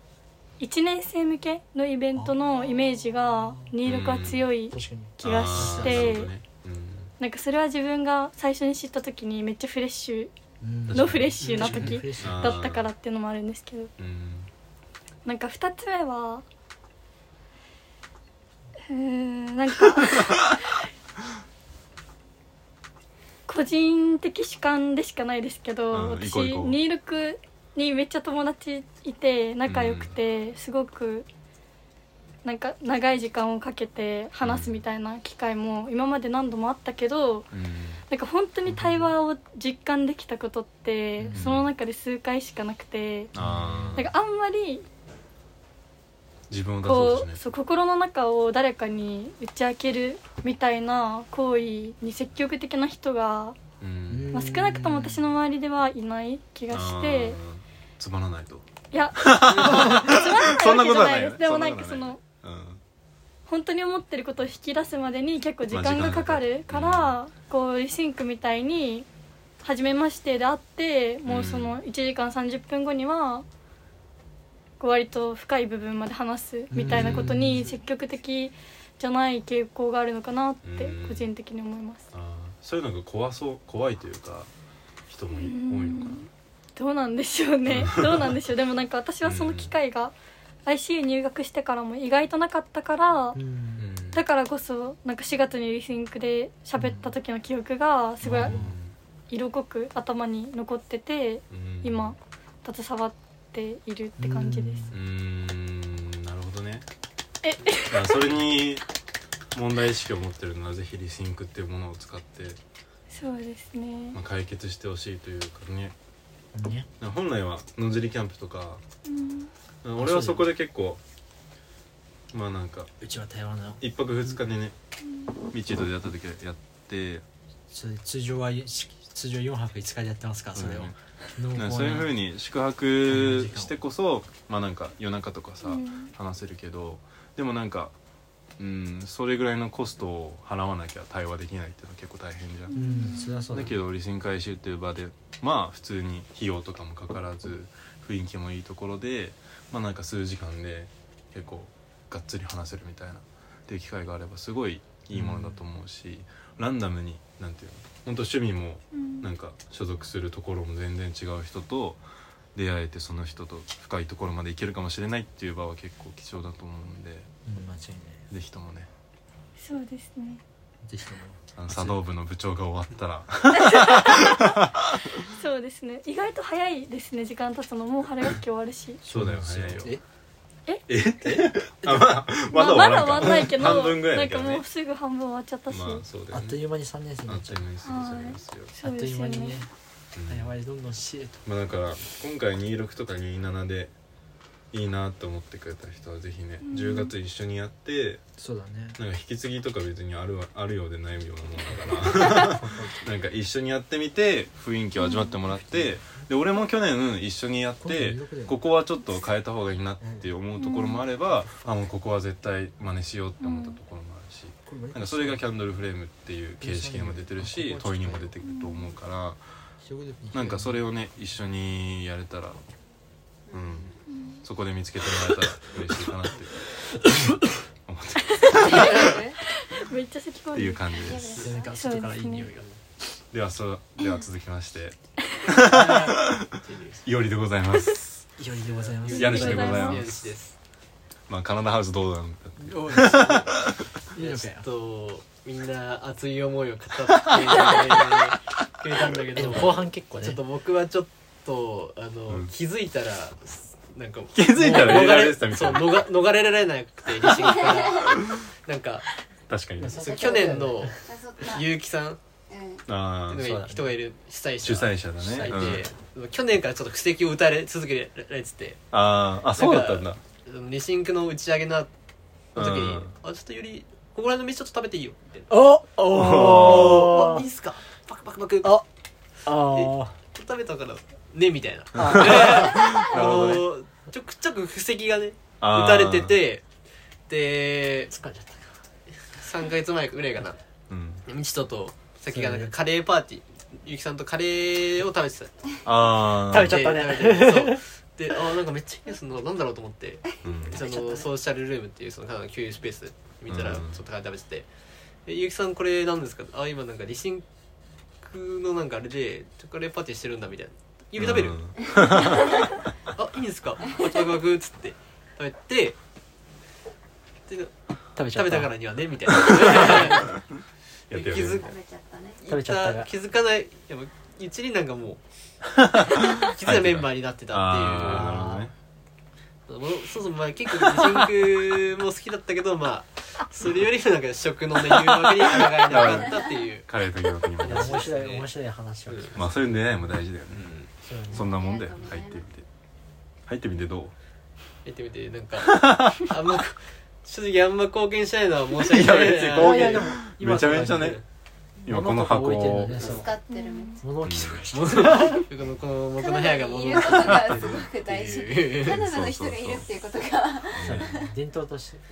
S5: 1年生向けのイベントのイメージが26は強い
S4: 確かに
S5: 気がし
S2: あーなる
S5: て
S2: ほどねうん
S5: なんかそれは自分が最初に知った時にめっちゃフレッシ
S4: うん
S5: ュのフレッシュな
S4: 確かに
S5: 時
S4: フレッシュ
S2: あー
S5: だったからっていうのもあるんですけど
S2: うん
S5: なんか2つ目はうー んなんか個人的主観でしかないですけど、
S2: うん
S5: 私
S2: 行こう行こう
S5: 26にめっちゃ友達いて仲良くて、すごくなんか長い時間をかけて話すみたいな機会も今まで何度もあったけど
S2: うん
S5: なんか本当に対話を実感できたことって、
S4: うん
S5: その中で数回しかなくて。
S2: あ
S5: なん
S2: ー
S5: かあんまり
S2: 自分を出そうと
S5: こ
S2: しな
S5: う
S2: い
S5: そう心の中を誰かに打ち明けるみたいな行為に積極的な人が、
S2: うん
S5: まあ、少なくとも私の周りではいない気がし
S2: あー
S5: て
S2: つまらないと
S5: いや つまら
S2: そん
S5: な
S2: ないこ
S5: わけじ
S2: とは
S5: ゃな
S2: ない
S5: い
S2: よ
S5: で
S2: ね
S5: すでもなんか
S2: そ
S5: そ
S2: んな
S5: の
S2: うん
S5: 本当に思ってることを引き出すまでに結構時間
S2: まあ
S5: が
S2: 時間が
S5: か
S2: か
S5: か
S2: かる
S5: るから、こうリシンクみたいに初めましてで会ってもうその1時間30分後にはこう割と深い部分まで話すみたいなこと
S2: う
S5: に
S2: ん
S5: 積極的じゃない傾向があるのかなって
S2: うん
S5: 個人的に思います。
S2: あーそういうのが怖そう怖いというか人もい多いのかな
S5: どうなんでしょ うねどうなんでしょうでもなんか私はその機会が ICU 入学してからも意外となかったから
S4: う。ん
S2: うん
S5: だからこそなんか4月にリスニングで喋った時の記憶がすごい色濃く頭に残ってて
S2: うん
S5: 今携わっているって感じです
S2: うーんなるほどね
S5: え
S2: まあそれに問題意識を持ってるのはぜひリシンクっていうものを使って、
S5: そうですね
S2: まあ、解決してほしいというかね
S4: ね
S2: 本来はのんじりキャンプとか
S5: うん
S2: 俺はそこで結構まあなんか
S4: うちは台湾の
S2: 一泊二日でねミッチーと出会った時はやって
S4: それ通常は通常4泊5日でやってますからそれ
S2: う
S4: を
S2: ん
S4: 濃
S2: なん
S4: 厚な
S2: かそういうふうに宿泊してこそまあなんか夜中とかさ、
S5: うん
S2: 話せるけどでもなんかうんそれぐらいのコストを払わなきゃ対話できないっていうのは結構大変じゃん
S4: う、んそれはそう
S2: だけど理心回収っていう場でまあ普通に費用とかもかからず雰囲気もいいところでまあなんか数時間で結構がっつり話せるみたいなっていう機会があればすごいいいものだと思うし、ランダムになんていうの本当趣味も
S5: うん
S2: なんか所属するところも全然違う人と出会えてその人と深いところまで行けるかもしれないっていう場は結構貴重だと思うんで
S4: うん間違い
S2: ぜひともね
S5: そうです
S4: な
S5: ね
S4: いぜひとも
S2: あの茶道部の部長が終わった ら
S5: そうですね意外と早いですね時間経つのもう春学期終わるし
S2: そうだよ早いよ
S4: え
S2: あ まだまだ終
S5: まだ終わ
S2: わらん
S5: ん
S2: か
S5: ないけど
S2: 半分ぐらい
S5: な
S2: だ
S5: ん
S2: け
S5: か
S2: ど
S5: も
S2: ね
S5: うすぐ半分終わっちゃったし、
S2: まあそうだ
S4: あ
S2: よ
S4: っと
S2: ね
S4: いう間に3年生に
S2: あ
S4: なっ
S2: っ
S4: ち
S2: とい
S4: ゃ
S2: う
S4: う
S2: 間に過ぎちゃいますよ、
S5: そ
S4: あっ
S5: う
S4: と
S5: で
S4: い
S5: す
S4: う間
S5: よね
S4: にね
S2: うん
S4: やばいどんどんしえと
S2: まあだから今回26とか27でいいなと思ってくれた人はぜひね、
S5: うん
S2: 10月一緒にやって
S4: そうだね
S2: なんか引き継ぎとか別にあるわあるようでないようなものだ からなんか一緒にやってみて雰囲気を味わってもらって、で俺も去年一緒にやっ
S4: 今度
S2: て
S4: 魅力だよ
S2: ここはちょっと変えた方がいいなって思うところもあれば、あもうここは絶対真似しようって思ったところもあるし、なんかそれがキャンドルフレームっていう形式にも出てるし問いにも出てくると思うからなんかそれをね一緒にやれたらうんそこで見つけてもらえたら嬉しいかなって思って
S5: めっちゃ咳込
S2: っ
S5: ん
S2: て
S5: で
S2: い
S5: る
S2: う感じです。
S4: でなんか外からいい匂いが
S2: ではそうでは続きましていおりでございます
S4: いよりでございます
S2: 家主でござい
S1: よ
S2: ま
S1: し
S2: す
S1: です
S2: まあカナダハウスどうなんだって
S4: おいいいのかよ
S1: ちょっとみんな熱い思いを語ってくれたんだけ
S4: えで
S1: ど
S4: も後半結構ね
S1: ちょっと僕はちょっとあの、
S2: うん
S1: 気づいたらなんか
S2: 気づいたら
S1: もう
S2: 入れられてたみたいな
S1: そう逃逃れられなくて自信からなんか
S2: 確かに
S1: そう去年の
S3: 誘った
S1: 結城さん
S3: うん
S2: ああ
S1: っていうのが人がいる主催者
S2: 主催者だね
S1: 主催で、去年からちょっと布石を打たれ続けられてて
S2: あーあそうだったんだ
S1: リシンクの打ち上げの
S2: うん
S1: 時に「あちょっとよりここら辺の飯ちょっと食べていいよ」みたいな
S4: お
S1: あ
S4: お
S1: いいっすかパクパクパク
S4: あああ
S1: 食べたからねみたいなあ
S2: なるほどね
S1: のちょくちょく布石がね
S2: あー
S1: 打たれててで
S4: 疲れちゃったか
S1: 3ヶ月前ぐらいかな
S2: うん
S1: みちととさっきがなん
S4: そう
S1: かカ
S4: ね
S1: レーパーティーゆきさんとカレーを食べてた
S2: ああ
S4: 食べちゃったね
S1: で食べてそうであーなんかめっちゃいい匂いするのなんだろうと思って
S2: うん
S1: そ
S3: べちゃった
S1: の
S3: ね
S1: ソーシャルルームっていうその彼の給油スペース見たら
S2: うん
S1: ちょっと食べてて「えゆきさんこれ何ですか?」あ今なんかリシンクのなんかあれでチョコレートパーティーしてるんだみたいな「指食べる
S2: うん
S1: あいいんですかワクワク」っつって食べてで
S4: 食べちゃ
S1: 食
S4: っ
S1: べ
S4: た
S1: たからにはねみたいな
S2: やってや
S1: 気づ
S2: る
S3: 食べちゃったね
S4: 食べちゃったが
S1: 気づかないいやもううちになんかもう気づいたメンバーになってたっていう
S2: ああなる
S1: もうそうそうまあ結構真空も好きだったけどまあそれよりもなんか食のね誘惑に抗えなかったっていう、
S2: ほどね彼と疑惑にも
S4: いや面白い面白い話を聞き
S2: まあそういう出会いも大事だよね
S4: そうね
S2: そんなもんだよ入ってみて入ってみてどう
S1: やってみてなんかあんま正直あんま貢献しないのは申し訳ない
S2: いや別に貢
S4: い
S2: 献
S4: やいやでも今
S2: めちゃめちゃね今この箱
S4: 物とか置いてん
S2: を
S4: だねそう
S3: 使ってるめっち
S4: 物置とかして
S1: 僕のこの
S3: ゃ
S1: 僕の部屋が
S3: カナダ
S1: 物
S3: に
S1: に
S3: い
S1: な
S3: るこ
S1: っ
S3: と
S1: て
S3: がすごく大事
S1: いう
S3: カナダの人がいるっていうことが
S4: 伝統としてね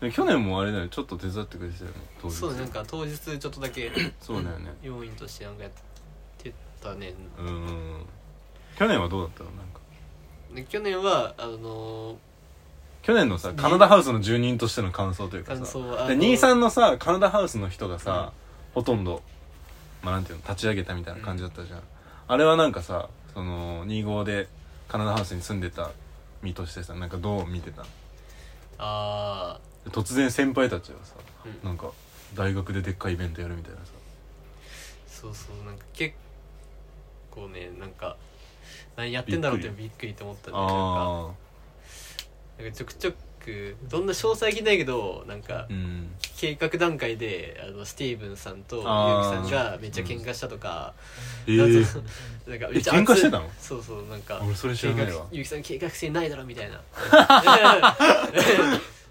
S2: で去年もあれだよねちょっと手伝ってくれてたよね当日
S1: そうなんか当日ちょっとだけ
S2: そうだよね
S1: 要員としてなんかやってたね
S2: うんうんうん去年はどうだったのなんか
S1: で去年はあの
S2: 去年のさカナダハウスの住人としての感想というか
S1: 感
S2: さ
S1: 想は
S2: で兄さんのさカナダハウスの人がさ、ほとんどまあなんていうの立ち上げたみたいな感じだったじゃん、あれはなんかさその2号でカナダハウスに住んでた身としてさなんかどう見てた
S1: あ
S2: 突然先輩たちがさ、
S1: うん
S2: なんか大学ででっかいイベントやるみたいなさ
S1: ーそうそうなんか結構ねなんか何やってんだろうってびっくりと思ったねなんか
S2: あ
S1: なんかちょくちょくどんな詳細聞いてないけどなんか
S2: あうん
S1: 計画段階であのスティーブンさんとゆうき
S2: あ
S1: さ
S2: ー
S1: んがめっちゃ喧嘩したとか、
S2: え
S1: なん
S2: ー
S1: かなんか
S2: え
S1: めっちゃ熱い
S2: 喧嘩してたの
S1: そうそうなんか
S2: 俺それ知らないわ
S1: 計画ゆうきさん計画性ないだろみたい な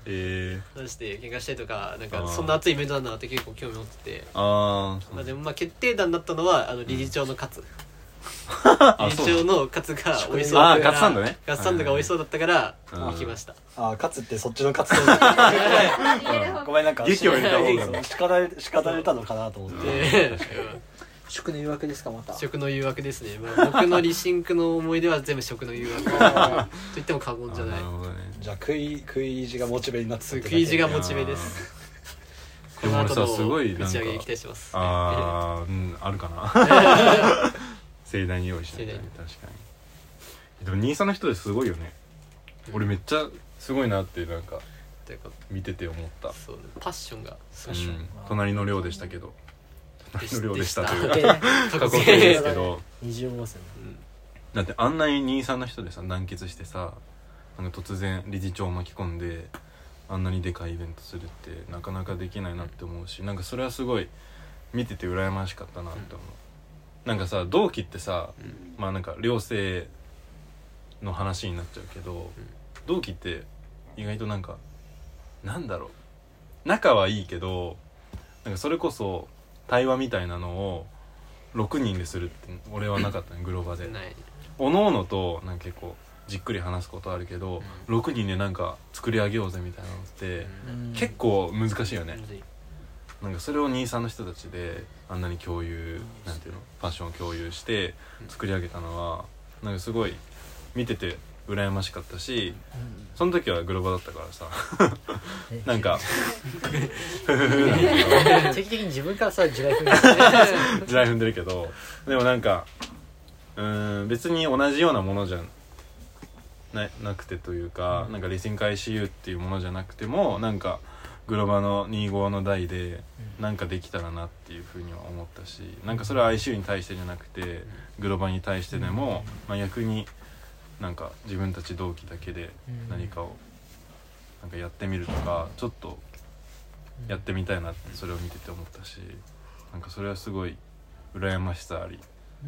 S2: えー、
S1: 話して喧嘩したりとかなんか
S2: あー
S1: そんな熱いイベントなんだなって結構興味持ってて。
S2: あー
S1: まあ、でもまあ決定弾だったのはあの理事長の勝、
S2: あ
S1: 理
S2: そ
S1: 事
S2: うだ
S1: 長の勝が美味しそうだ
S2: ああ
S1: ったから
S2: 勝さんだね
S1: 勝さんとか美味しそうだったから
S2: うん
S1: 行きました、
S6: ああかつってそっちのかつと
S3: 入れる方
S6: ご
S3: が
S6: めんなんか
S2: 劇を入れた方が
S6: そう叱られ叱られたのかなと思って
S1: で
S4: 食の誘惑ですかまた
S1: 食の誘惑ですね、まあ、僕のリシンクの思い出は全部食の誘惑と言っても過言じゃない
S2: あーなるほどね
S6: じゃあ食い食い意地がモチベになってたってだけ
S1: 食い意地がモチベです
S2: い
S1: こ
S2: や
S1: の
S2: ー
S1: 後
S2: でも俺さすごいなん
S1: の
S2: か
S1: 打ち上げに期待してます
S2: ああうんある か な盛大に用意しないとね
S1: 盛
S2: 確かにでも兄さんの人ですごいよね俺めっちゃすごいなってなんか
S1: ということ
S2: 見てて思った、
S1: そうねパッションが
S2: う
S1: 少し
S2: ん、隣の寮でしたけど隣の寮でしたという
S1: で
S2: か
S1: し
S2: 過去形ですけ
S4: 過去
S2: ど
S4: 20号線
S2: だってあんなに兄さんの人でさ団結してさなんか突然理事長を巻き込んであんなにでかいイベントするってなかなかできないなって思うしなんかそれはすごい見てて羨ましかったなって思う、なんかさ同期ってさ、まあなんか寮生の話になっちゃうけど、同期って意外となんかなんだろう仲はいいけどなんかそれこそ対話みたいなのを6人でするって俺はなかったねグローバで。
S1: ない
S2: おのおのとなんか結構じっくり話すことあるけど、6人でなんか作り上げようぜみたいなのって、結構難しいよね、なんかそれを兄さんの人たちであんなに共有なんていうのファッションを共有して作り上げたのはなんかすごい見てて羨ましかったしその時はグローバだったからさ なんか
S4: 定期的に自分からさ地雷踏み
S2: 地雷踏んでるけどでもなんかうーん別に同じようなものじゃななくてというか、なんかレーシング ICU っていうものじゃなくてもなんかグローバの25の代でなんかできたらなっていうふうには思ったしなんかそれは ICU に対してじゃなくてグローバに対してでも、まあ、逆になんか自分たち同期だけで
S4: うん
S2: 何かをなんかやってみるとかちょっとやってみたいなってそれを見てて思ったしなんかそれはすごい羨ましさあり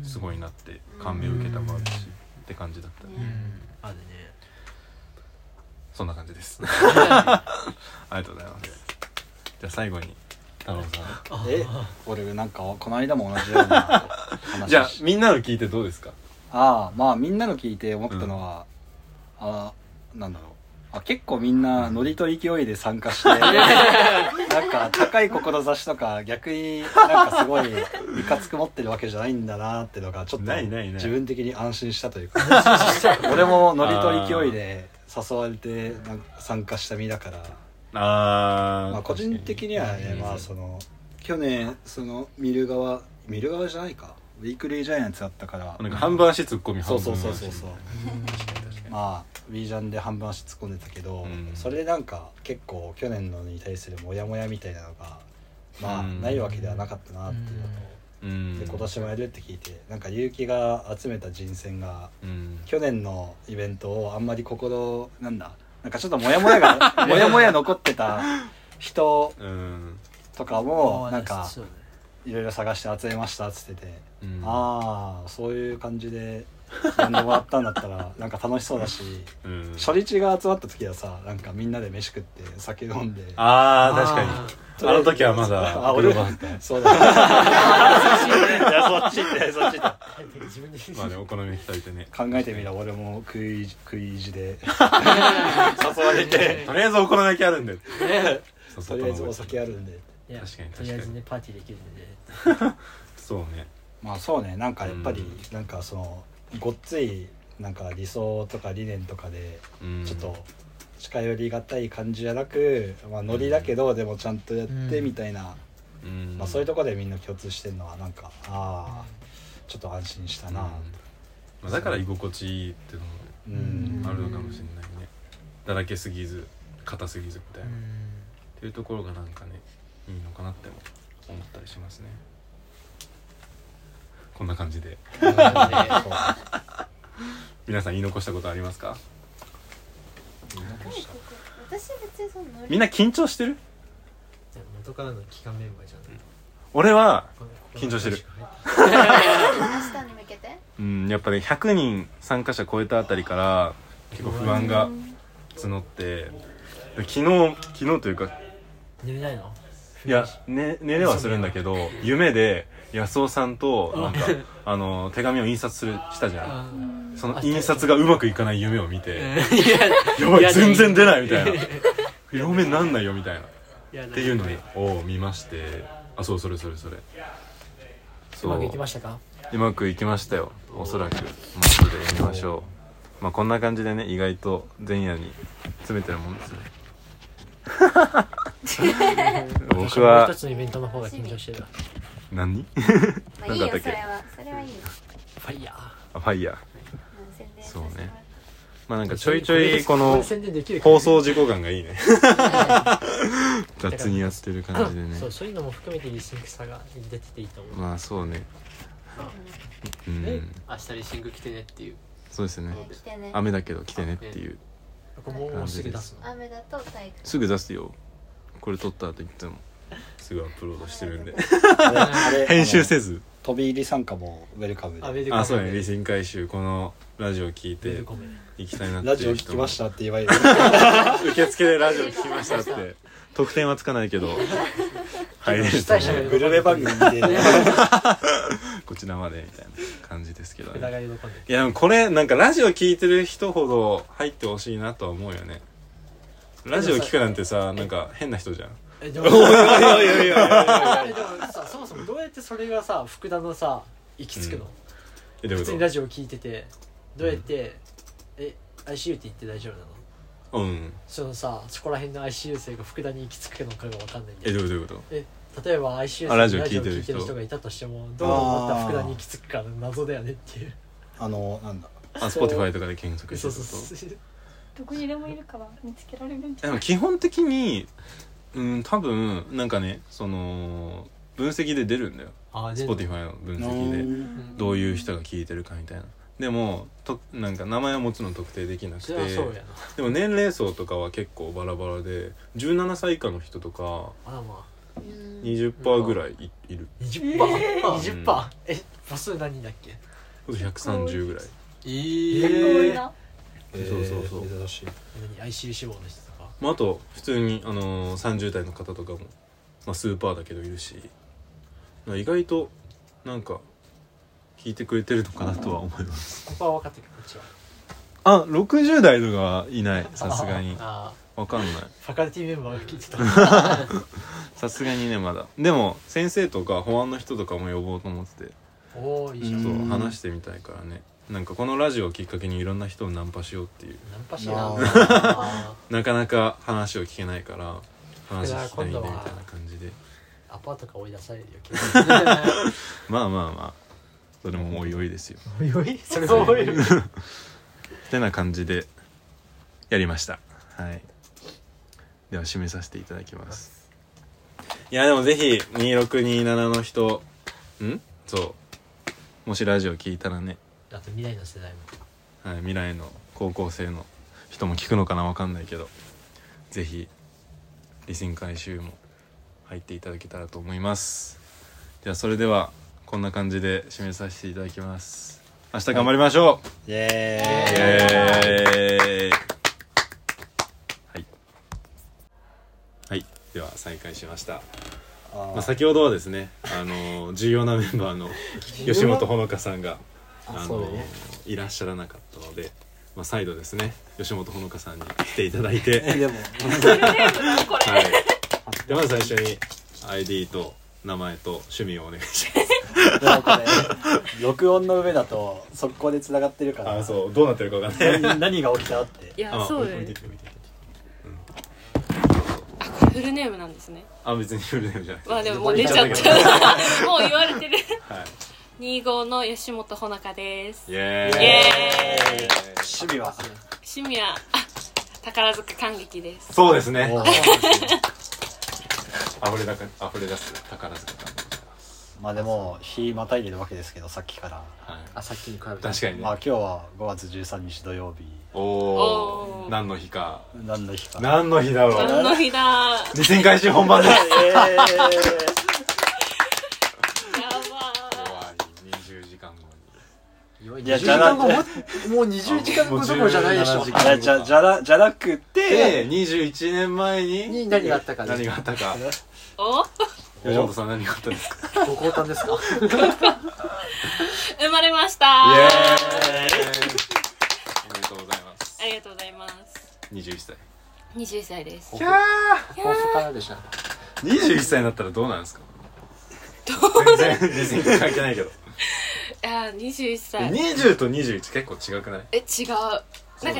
S2: すごいなって感銘を受けたもあるしって感じだったね
S4: うんあるね
S2: そんな感じですありがとうございますじゃあ最後に太郎さ
S6: え俺なんかこの間も同じような話
S2: ん
S6: を
S2: じゃあ
S6: し
S2: みんなの聞いてどうですか
S6: ああまあみんなの聞いて思ったのは、ああなんだろうあ結構みんなノリと勢いで参加して なんか高い志とか逆になんかすごいいかつく持ってるわけじゃないんだなってのがちょっと
S2: ないないない
S6: 自分的に安心したというか 俺もノリと勢いで誘われてなんか参加した身だから
S2: あー、
S6: まあ、個人的には
S4: 確か
S6: ね
S4: に
S6: まあその去年その見る側見る側じゃないかウィークリージャイアンツだったから
S2: なんか半分足ツッコミ半
S6: そうそ
S2: 分
S6: う
S2: 足
S6: そうそうそう
S2: 確かに確かに
S6: まあウィージャンで半分足突っ込んでたけど、
S2: うん
S6: それでなんか結構去年のに対するモヤモヤみたいなのがまあ
S2: うん
S6: ないわけではなかったなっていうのと、
S2: うん
S6: で今年もやるって聞いてなんか結城が集めた人選が
S2: うん
S6: 去年のイベントをあんまり心なんだなんかちょっとモヤモ ヤがモヤモヤ残ってた人
S2: うん
S6: とかも
S4: あー
S6: なんか
S4: そうだね
S6: いろいろ探して集めましたっつってて、
S2: うん
S6: ああそういう感じで呼んでもらったんだったらなんか楽しそうだし。
S2: うん
S6: 初日が集まった時はさなんかみんなで飯食って酒飲んで
S2: あー 確かに
S6: とりえず
S2: あの時はまだ
S6: あ俺
S2: グローバーだった
S6: そうだいやそっち行ってそっち行って
S4: 自分で
S2: まあねお好み焼き食べてね
S6: 考えてみろ俺も食い食い意地で誘われて
S2: とりあえずお好み焼きあるんで
S6: とりあえずお酒あるんで
S4: いや
S2: 確かに
S4: とりあえずねパーティーできるんで
S2: そうね
S6: まあそうねなんかやっぱり
S2: う
S6: なんかそのごっついなんか理想とか理念とかで
S2: うん
S6: ちょっと近寄りがたい感じじゃなく、まあ、ノリだけどでもちゃんとやってみたいな、
S2: うん
S6: まあ、そういうところでみんな共通してるのはなんかああちょっと安心したな、
S2: まあ、だから居心地いいっていうの
S6: うん
S2: もあるのかもしれないねだらけすぎず硬すぎずみたいな、っていうところがなんかねいいのかなっても思ったりしますねこんな感じで皆さん言い残したことありますか
S3: 私別にそのノ
S2: みん
S3: リ
S2: な緊張してる
S1: 元からの期間メンバーじゃない
S2: 俺は緊張してる
S3: 明日に向けて
S2: うんやっぱね100人参加者超えたあたりから結構不安が募ってで昨日昨日というか
S4: 寝れないの
S2: いや、ね、寝れはするんだけど夢で安尾さんとなんかあの手紙を印刷するしたじゃん
S1: あ
S2: その印刷がうまくいかない夢を見
S1: ー
S2: て
S1: いや
S2: やば
S1: いや
S2: い全然出ないみたいな表面なんないよみたいなっ
S1: いやって
S2: いうのを見ましてあそうそれそれそれ
S4: う
S2: そう
S4: まくいきましたか
S2: うまくいきましたよおそらくもう後で読みましょうまあこんな感じでね意外と前夜に詰めてるもん ですね僕
S4: もう
S2: は
S4: 一つのイベントの方が緊張してるわ
S2: 何
S3: まあ
S2: ないんだ
S3: いよ
S2: っ
S3: そ
S2: たっけ
S3: れはそれはいいよ
S4: ファイヤー
S2: あファイヤー
S3: うん宣伝
S2: そ
S3: さ
S2: うね
S3: せてもらっ
S2: まあなんかちょいちょいこの
S4: 宣伝できるか
S2: 放送事故感がいいね雑にやってる感じでね
S4: そうそういうのも含めてリスニングさが出てていいと思う、
S2: まあそうねうん
S1: 明日リシング来てねっていう
S2: そうですね
S3: て来てね
S2: 雨だけど来てねっていう
S4: これもうもうすぐ出すの
S3: 雨だと体育
S2: すぐ出すよこれ撮ったと言ってもすぐアップロードしてるんで編
S6: 編
S2: 集せず
S6: 飛び入り参加もウェルカムで
S2: あそうね理線回収このラジオ聞いて行きたいな
S6: ラ
S2: って
S6: ジ
S2: い
S6: オ
S2: う
S6: 聞
S2: 人
S6: き
S2: も
S6: ましたって言われる
S2: 受付でラジオ聞きましたって得点はつかないけど入れると思う
S6: グルメ番組で
S2: こちらまでみたいな感じですけどね
S4: 枝が喜ん でる
S2: いやでもこれなんかラジオ聞いてる人ほど入ってほしいなとは思うよねラジオ聞くなんてさなんか変な人じゃん
S4: えでもえでもさそもそもどうやってそれがさ福田のさ行き着くの、
S2: うんえどうい
S4: 普
S2: うこ
S4: 通にラジオ聞いててどうやって、え ICU って言って大丈夫なの
S2: とうん
S4: そのさそこら辺の ICU 生が福田に行き着くのかが分かんないん
S2: え
S4: で
S2: どういうことどういうこ
S4: 例えば
S2: あ
S4: ICU 生に
S2: ラ
S4: ラ
S2: ジ
S4: ジ
S2: オ
S4: オ
S2: 聞
S4: 聞
S2: いてる人
S4: いてる人がいたとしてもどう思ったら福田に行き着くかの謎だよねっていう
S6: あのなんだ
S2: あ Spotify とかで検索して
S4: そう
S2: るこ
S4: そう
S2: と
S4: そう
S5: どこにでもいるから見つけられるんじ
S2: で
S5: ゃな
S2: も
S5: い
S2: 基本的にうん多分なんかねその分析で出るんだよ
S4: あーで
S2: Spotify の分析で
S1: ん
S2: どういう人が聞いてるかみたいなでもとなんか名前はもちろん特定できなく
S4: そ
S2: て
S4: れはそうやな
S2: でも年齢層とかは結構バラバラで17歳以下の人とか
S4: あらま
S3: うん
S2: 20%ぐらいいいる
S4: あ 20%20%、20%え母数何人だっけ
S2: 130ぐらい
S1: え
S5: 多い
S1: ー、
S5: な
S2: そうそうそう
S1: 珍しい
S4: 何 ICU 志望の人とか
S2: まあ、あと普通に、あのー30代の方とかも、まあ、スーパーだけどいるし意外となんか聞いてくれてるのかなとは思います
S4: ここは分かってくるこっちは
S2: あ60代とかはいないさすが に
S4: あ
S2: わかんない
S4: ーファカルティメンバーが聞 いてた
S2: さすがにねまだでも先生とか保安の人とかも呼ぼうと思ってて
S4: おおいいじゃ
S2: ちょっと
S4: んナン
S6: うん
S2: 話してみたいからねなんかこのラジオをきっかけにいろんな人をナンパしようっていう
S4: パしな
S6: あ
S4: あ
S2: なかなか話を聞けないから話聞きたいんでみ
S4: 今度
S2: たい
S4: は
S2: な感じで
S4: ーアパートから追い出されるよ結
S2: まあまあまあそれもおいおいですよ
S4: 構おいおい それもおいおい
S2: てな感じでやりましたはいでは締めさせていただきますいやでもぜひ2627の人んそうもしラジオ聞いたらね、
S4: あと未来の世代も
S2: はい、未来の高校生の人も聞くのかなわかんないけどぜひリスン回収も入っていただけたらと思いますではそれではこんな感じで締めさせていただきます明日頑張りましょう、
S6: イエーイ
S2: イエーイはい、はい、では再開しました
S6: あ
S2: まあ、先ほどはですね、あのー重要なメンバーの吉本ほのかさんが、あ
S6: そう
S2: の
S6: だね
S2: ーいらっしゃらなかったので、まあ、再度ですね吉本ほのかさんに来ていただいて、
S6: えでも
S2: はい、でまず最初に ID と名前と趣味をお願いします
S6: でもこれ録音の上だと速攻で繋がってるか ら
S2: あそうどうなってるかわかんない
S6: 何何が起きたって
S7: いや
S2: あ
S7: そう
S2: 見
S7: で
S2: て
S7: す
S2: て見てて
S7: フルネームなんですね
S2: あ別にフルネームじゃなくて
S7: まあでももう出ちゃっ
S2: 出
S7: た もう言われてる
S2: はい
S7: 2号の吉本ほなかです
S2: イエーイ
S7: イエーイ
S6: 趣味は
S7: 趣味はあ宝塚感激です
S2: そうですね
S6: おう
S2: 溢れだか溢れ出す宝塚感でございます
S6: まあでも日またいでるわけですけどさっきから
S2: はい
S4: あさっきに比べた
S2: 確かに
S6: まあ
S2: ね
S6: 今日は5月13日土曜日
S2: お
S7: お
S2: お
S7: ー
S2: 何の日か
S6: 何の日か
S2: 何の日だろう
S7: 何の日だや
S2: 二戦開始本番です
S6: え
S7: ば
S2: 20時間後
S4: 弱
S6: いや
S4: 20
S6: じ
S4: 時
S6: ゃな
S4: 間
S6: く
S4: 後ももう20時間後どころじゃないでし
S2: も
S4: ょ
S2: う17時
S6: ーいやじゃじゃなじゃなくて
S2: で21年前に
S4: に何があったかね
S2: 何があったか
S7: お
S2: 吉本さん何があったんですか
S4: ご交換ですか
S7: 生まれました
S2: イエーイおめでとうございます
S7: ありがとうございます
S2: 21歳
S7: 21歳です
S4: キャー抱負からでした
S2: 21歳になったらどうなんですか
S7: どう
S2: 全然全然関係ないけど
S7: あ21歳
S2: 20と21結構違くない
S7: え違うなんか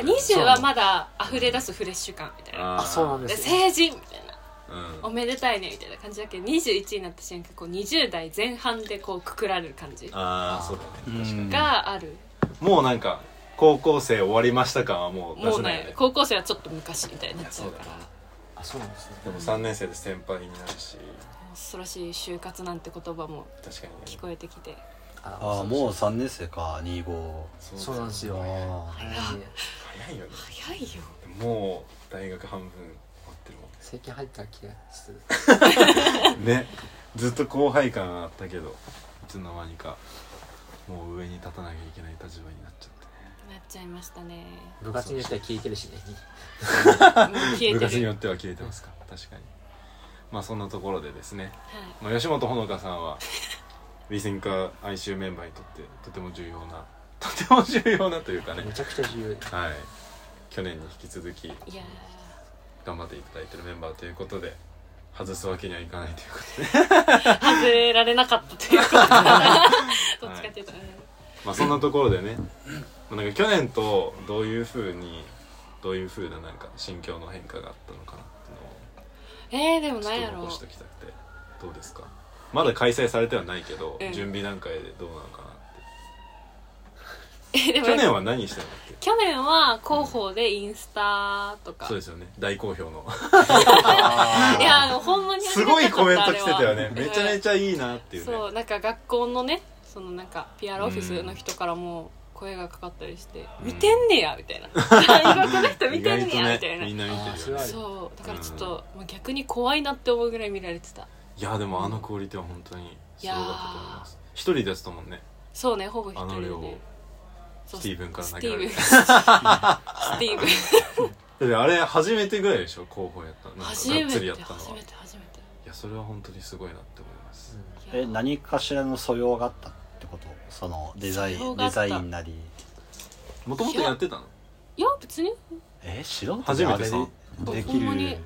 S7: 20はまだ溢れ出すフレッシュ感みたいな
S2: あ
S4: そうなんですよ
S7: 成人みたいな
S2: う
S7: おめでたいねみたいな感じだけど21になった瞬間こう20代前半でこうくくられる感じ
S2: ああそうだね確かに
S7: がある、
S2: もうなんか高校生終わりました感はもう出
S7: もう
S2: せないよ
S7: ね
S2: ね
S7: 高校生はちょっと昔みたいになっちゃうから
S4: あそうなんですね
S2: でも3年生で先輩になるし
S7: 恐ろしい就活なんて言葉も
S2: 確かにね
S7: 聞こえてきて
S6: ああもう3年生か25
S4: そうなんですよ
S6: あ
S2: 早いよね
S7: 早いよ
S2: もう大学半分終わってるもんね
S4: 最近入った気がする
S2: ねずっと後輩感あったけどいつの間にかもう上に立たなきゃいけない立場になっちゃって
S7: なっちゃいました ね
S4: 部活によっては聞いてるしね
S7: もう消え
S2: 部活
S7: て
S2: に
S7: る
S2: よっては消えてますか確かにまあそんなところでですね、
S7: はい
S2: まあ、吉本穂香さんは理性化哀愁メンバーにとってとても重要なとても重要なというかね
S4: めちゃくちゃ重要
S2: はい去年に引き続き
S7: いや
S2: 頑張っていただいてるメンバーということで外すわけにはいかないということで
S7: ー外れられなかったと いうことかなどっちかっていうと、うん
S2: まあそんなところで ね、まあなんか去年とどういうふうにどういうふうななんか心境の変化があったのかなってい
S7: えー、でも
S2: うのを
S7: な
S2: ち
S7: ん
S2: ょ
S7: や
S2: っと
S7: ろう
S2: 残しておきたくてどうですかまだ開催されてはないけど、
S7: うん
S2: 準備段階でどうなのかなって
S7: えでも
S2: 去年は何したの
S7: 去年は広報でインスタとか、
S2: そうですよね大好評の
S7: いやあのほんまにあ
S2: す
S7: りが
S2: ご
S7: た
S2: い
S7: か
S2: コ
S7: っ
S2: メン
S7: あ
S2: ト
S7: れ
S2: 来
S7: は
S2: てたよねめちゃめちゃいいなっていうね
S7: そうなんか学校のねそのなんか PR オフィスの人からも声がかかったりして「
S2: うん
S7: 見てんねや」みた いな「外国の人見
S2: 意
S7: てん
S2: 外
S7: ね
S2: とね
S7: や」みたいな、
S2: みんな見
S4: あー
S2: て
S4: そ
S2: るよ
S4: れは
S2: ね
S7: そうだからちょっと、まあ、逆に怖いなって思うぐらい見られてた
S2: いやでもあのクオリティは本当にすごかったと思います一人でやってたもんね
S7: そうねほぼ一
S2: あ
S7: 人
S2: の
S7: で
S2: 量を
S7: ねそう
S2: スティーブンから
S7: ス
S2: 投
S7: テ
S2: げられ
S7: ィーブン
S2: た
S7: スティーブ ン
S2: だってあれ初めてぐらいでしょ候補やったのなんか
S7: 初
S2: が
S7: め
S2: っつり
S7: て
S2: やったの
S7: 初
S2: は
S7: め
S2: い
S7: て初めて
S2: やそれは本当にすごいなって思います
S7: いや
S6: え何かしらの素養があったってことそのデザイ
S7: 素養
S6: ン
S7: が
S6: デ
S7: あった
S6: ザインなり
S2: もともとやってたの
S7: いや別に
S6: え素人
S2: 初
S6: で
S2: め
S6: あ
S2: て
S6: れ
S2: さ
S6: でで
S7: ほ
S6: き
S7: んまに
S6: る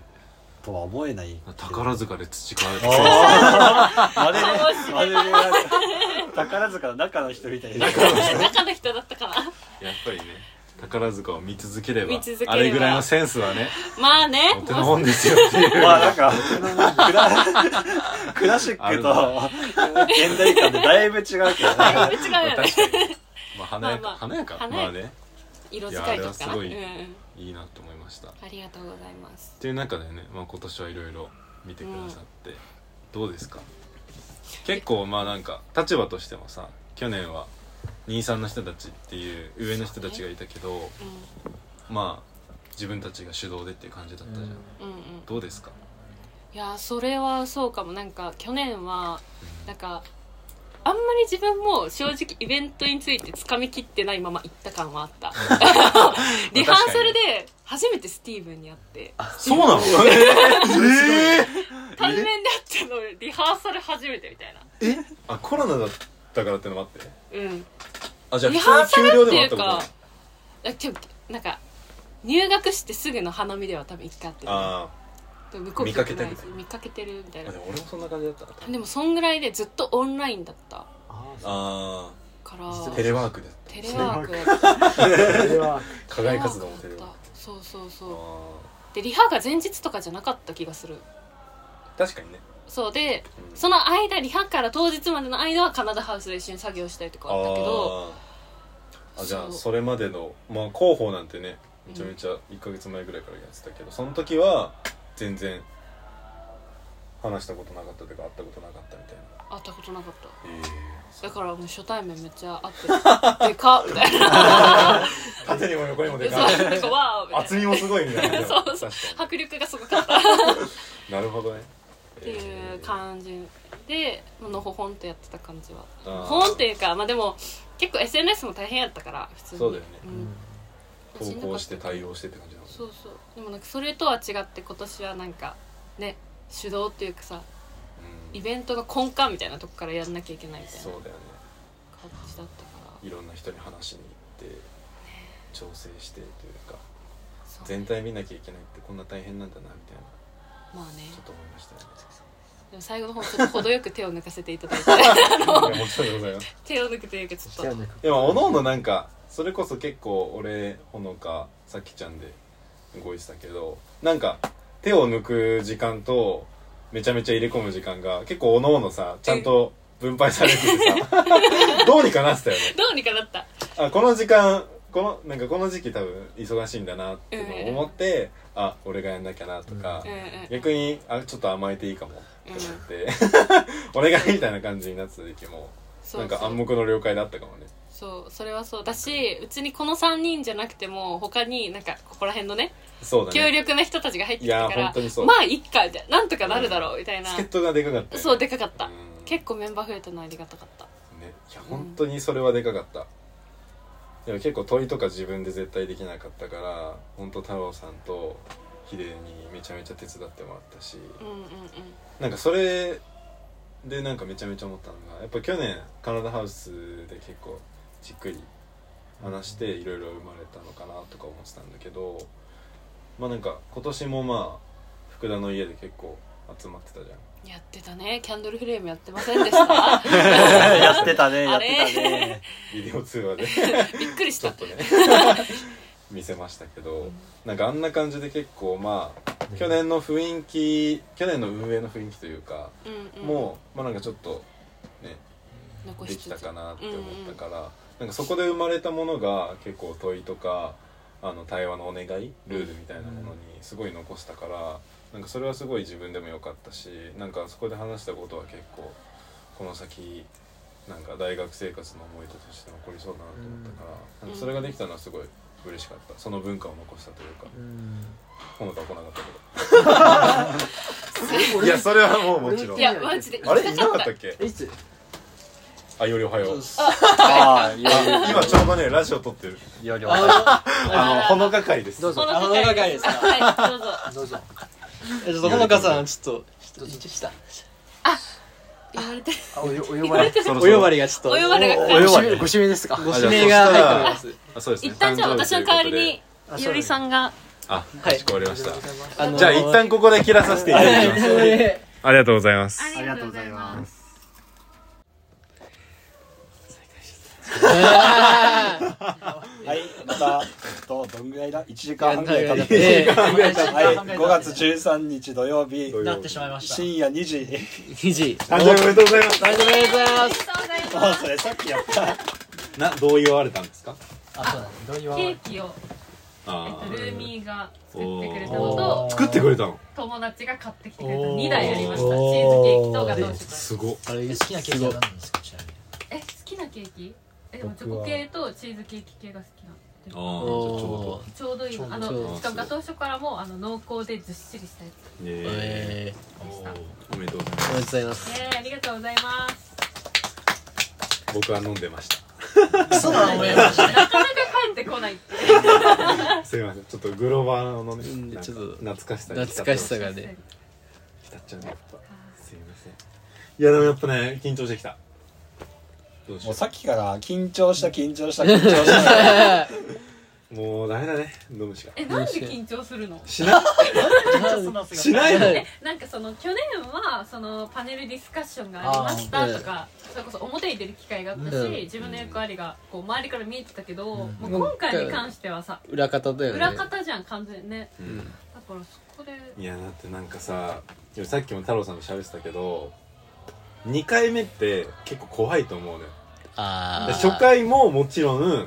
S6: とは思えない
S2: 宝塚で培われ
S6: おー
S2: た
S6: あれねあれね宝塚の中の人みたいな
S7: 中の人だったから
S2: やっぱりね宝塚を見続ければ
S7: 見続ければ
S2: あれぐらいのセンスはね
S7: まあね
S2: お手の本ですよっていう
S6: まあなんかクラクラシックと現代感でだいぶ違うけどね
S7: だいぶ違うよね
S2: 確かにまあ華やか、
S7: まあまあ
S2: 華やか
S7: 華やか
S2: まあね
S7: 色使
S2: い
S7: い
S2: やあれ
S7: と
S2: はす
S7: か
S2: ごい
S7: うんうん
S2: いいなと思いましたっ
S7: ありがとうございます
S2: ていう中でね、まあ、今年はいろいろ見てくださって、どうですか結構まあなんか立場としてもさ去年は兄さんの人たちっていう上の人たちがいたけど、
S7: う
S2: まあ自分たちが主導でっていう感じだったじゃん、
S4: うん
S7: んうんうん
S2: どうですか
S7: いやそれはそうかもなんか去年はなんかあんまり自分も正直イベントについてつかみきってないまま行った感はあった リハーサルで初めてスティーブンに会って
S2: そう なのえ
S7: 対面で会ったのリハーサル初めてみたいな
S2: えあコロナだったからってのもあって
S7: うん
S2: あじゃあ
S7: リハー
S2: 普
S7: サ
S2: 通
S7: ル
S2: に
S7: っ
S2: 給料
S7: て
S2: でもあ
S7: い
S2: っ
S7: う
S2: たこと
S7: かあでもなんか入学してすぐの花見では多分一回会ってる
S2: あ
S7: でも向こう
S2: 見かけてる
S7: 来ないし見かけてるみたい
S2: ーあ
S7: な
S2: でも俺もそんな感じだった
S7: でもそんぐらいでずっとオンラインだった
S2: あ
S7: から
S2: あテレワークで
S7: テレワークだった
S4: それは
S2: 課外活動もテレワーク
S7: そうそう
S2: あ
S7: そうでリハが前日とかじゃなかった気がする
S2: ー確かにね
S7: そうで
S2: うん
S7: その間リハから当日までの間はカナダハウスで一緒に作業したりとかあったけど
S2: あーあじゃ
S7: そ
S2: あ
S7: う
S2: それまでのまあ広報なんてねめちゃめちゃ1か月前ぐらいからやってたけど、その時は全然話したことなかったというか会ったことなかったみたいな
S7: 会ったことなかった
S2: え
S7: だからもう初対面めっちゃ会ってでかっみた いな
S2: え縦にも横にもで
S7: そう
S2: かい
S7: なんかわーみたい
S2: 厚みもすごいみたいな
S7: そうそ
S2: 確
S7: うな
S2: か
S7: 迫力がすごかった
S2: になるほどねっ
S7: っていう
S2: じ
S7: 感じでのほほんとやってた感じは
S2: あー
S7: ほほんというかまあでも結構 SNS も大変やったから普通に
S2: そうだよね
S7: ん
S2: 投稿して対応してって感じなの
S7: そうそうでもなんかそれとは違って今年はなんかね主導っていうかさ
S2: うん
S7: イベントが根幹みたいなとこからやんなきゃいけないみたいな
S2: そう
S7: 感
S2: だよね
S7: じだったから
S2: いろんな人に話しに行って調整してというか
S7: そう
S2: 全体見なきゃいけないってこんな大変なんだなみたいな
S7: まあね
S2: ちょっと思いましたね
S7: でも最後の方ちょっと程よく手を抜かせていた だいて
S2: いやもちろんでご ざいます
S7: 手を抜くというかちょっと
S4: 手を抜く
S2: でもおのおのなんかそれこそ結構俺ほのかさきちゃんで動いてたけどなんか手を抜く時間とめちゃめちゃ入れ込む時間が結構おのおのさちゃんと分配されてて さどうにかなってたよね
S7: どうにかなった
S2: あこの時間このなんかこの時期多分忙しいんだなってのを思って、あ俺がやんなきゃなとか、
S7: うんうん
S2: 逆にあちょっと甘えていいかもって思って、 お願いみたいな感じになってた時期も
S7: そう
S2: なんか暗黙の了解だったかもね
S7: そうそれはそうだしうちにこの3人じゃなくても他になんかここら辺のね
S2: そうだね
S7: 強力な人たちが入ってきた
S2: い
S7: か
S2: や本
S7: ら
S2: 当にそう
S7: まあいっかみたいななんとかなるだろうみた いな、
S2: 助っ人がでかかったよね、
S7: そうでかかった、
S2: うん
S7: 結構メンバー増えたのありがたかった
S2: ねいや本当にそれはでかかった、でも結構問いとか自分で絶対できなかったから本当太郎さんとヒデにめちゃめちゃ手伝ってもらったし、
S7: うんうんうん
S2: なんかそれでなんかめちゃめちゃ思ったのがやっぱ去年カナダハウスで結構じっくり話していろいろ生まれたのかなとか思ってたんだけどまあなんか今年もまあ福田の家で結構集まってたじゃん
S7: やってたねキャンドルフレームやってませんでし た
S6: やってたねやってたね
S2: ビデオ通話で
S7: びっくりし
S2: ちょ
S7: た
S2: っと ね見せましたけどなんかあんな感じで結構まあ去年の雰囲気去年の運営の雰囲気というか
S7: うん、うん、
S2: もうまあなんかちょっとね
S7: 残
S2: で
S7: し
S2: き
S7: つ
S2: た
S7: つ
S2: かなって思ったから、なんかそこで生まれたものが結構問いとかあの対話のお願いルールみたいなものにすごい残したからなんかそれはすごい自分でも良かったしなんかそこで話したことは結構この先なんか大学生活の思い出として残りそうだなと思ったから、なんかそれができたのはすごい嬉しかったその文化を残したというか
S4: うん
S2: ほのか来なかったけど
S4: い
S2: い やそれはもうもちろん
S7: いやマジで
S2: あれいなかったっけ
S4: いつ
S2: あよりおはよう
S6: ああいやいや
S2: あ今ちょうどねラジオ撮ってる
S6: いやいや
S1: あ
S2: あのほのか会です
S4: どうぞ
S7: こ
S1: の
S7: の
S1: あの
S7: 世
S1: 長
S7: 界
S1: いですか
S7: はい
S4: ど
S7: どうぞ
S4: うぞ
S1: えちょっとほのかさんちょっとちょっとした
S7: 言われてる
S4: あおよお呼ばれ
S2: そ
S1: お
S2: ろそろ
S1: 呼ばれがちょっと
S7: お呼ばれが来
S4: ご
S7: た
S4: 指名ご指名ですか
S1: ご指名が入っておりま
S2: あそうですね
S7: 一旦じゃあ私の代わりに
S4: あ
S7: いおりさんが
S2: あ
S1: は
S2: か
S1: い
S2: しこまりました、
S1: すあのー
S2: じゃあ一旦ここで切らさせていただきますありがとうございます
S6: ありがとうございますはいまたえっとどんぐらいだ1時間半ぐらい経って
S1: ええ
S6: はい5月13日土曜日
S2: 土曜
S4: なってしまいました
S6: 深夜2時
S1: 2時
S2: 誕生日おめでとうございます
S1: ありがとうございます
S6: もうそれさっきやった
S2: な同意をわれたんですか
S4: あそうだねどういうわ
S7: ケーキを
S2: あ
S7: ルーミーが作ってくれたの
S4: お
S7: と
S4: ー
S2: 作ってくれたの
S7: 友達が買ってきてくれた
S1: おー
S7: 2台やりましたチーズケーキとガトーショコラ
S2: すごっ
S4: あれ好きなケーキは何なんですかちなみに
S7: え好きなケーキえでもチョコ系とチーズケーキ系が好きな
S2: あーじゃあちょ
S1: お
S7: ちょうどいいのあ
S1: ちょう
S2: ど
S7: のしかもガトーショコラもあの濃厚でずっしりしたや
S2: うどねえ
S1: え
S2: おめでとうございま
S1: ーおめでとうございま
S7: つ
S1: す
S7: ねえありがとうございます
S2: す僕は飲んでました
S4: そうだ思いました
S7: なかなか帰ってこないって
S2: すいませんちょっとグローバーのね
S1: うん
S2: なんか
S1: ちょっと
S2: 懐かしさ
S1: 懐
S2: に浸って
S1: か
S2: ま
S1: し
S2: した
S1: さがね
S2: 浸っちゃうねやっぱすいませんいやでもやっぱね緊張してきたどうし
S6: も
S2: よ
S6: うさっきから緊張した緊張した緊張した
S2: うもうダメだね飲むしか
S7: えなんで緊張するの
S2: しないしないの
S7: えなんかその去年はそのパネルディスカッションがありましたとか、それこそ表に出る機会があったし、
S1: うん
S7: 自分の役割がこう周りから見えてたけど、
S4: ん
S7: もう今回に関してはさ
S1: 裏方だよね
S7: 裏方じゃん完全にね
S2: うん
S7: だからそこで
S2: いやだってなんかささっきも太郎さんと喋ってたけど2回目って結構怖いと思うのよ
S1: あ
S2: で
S1: あ
S2: 初回ももちろん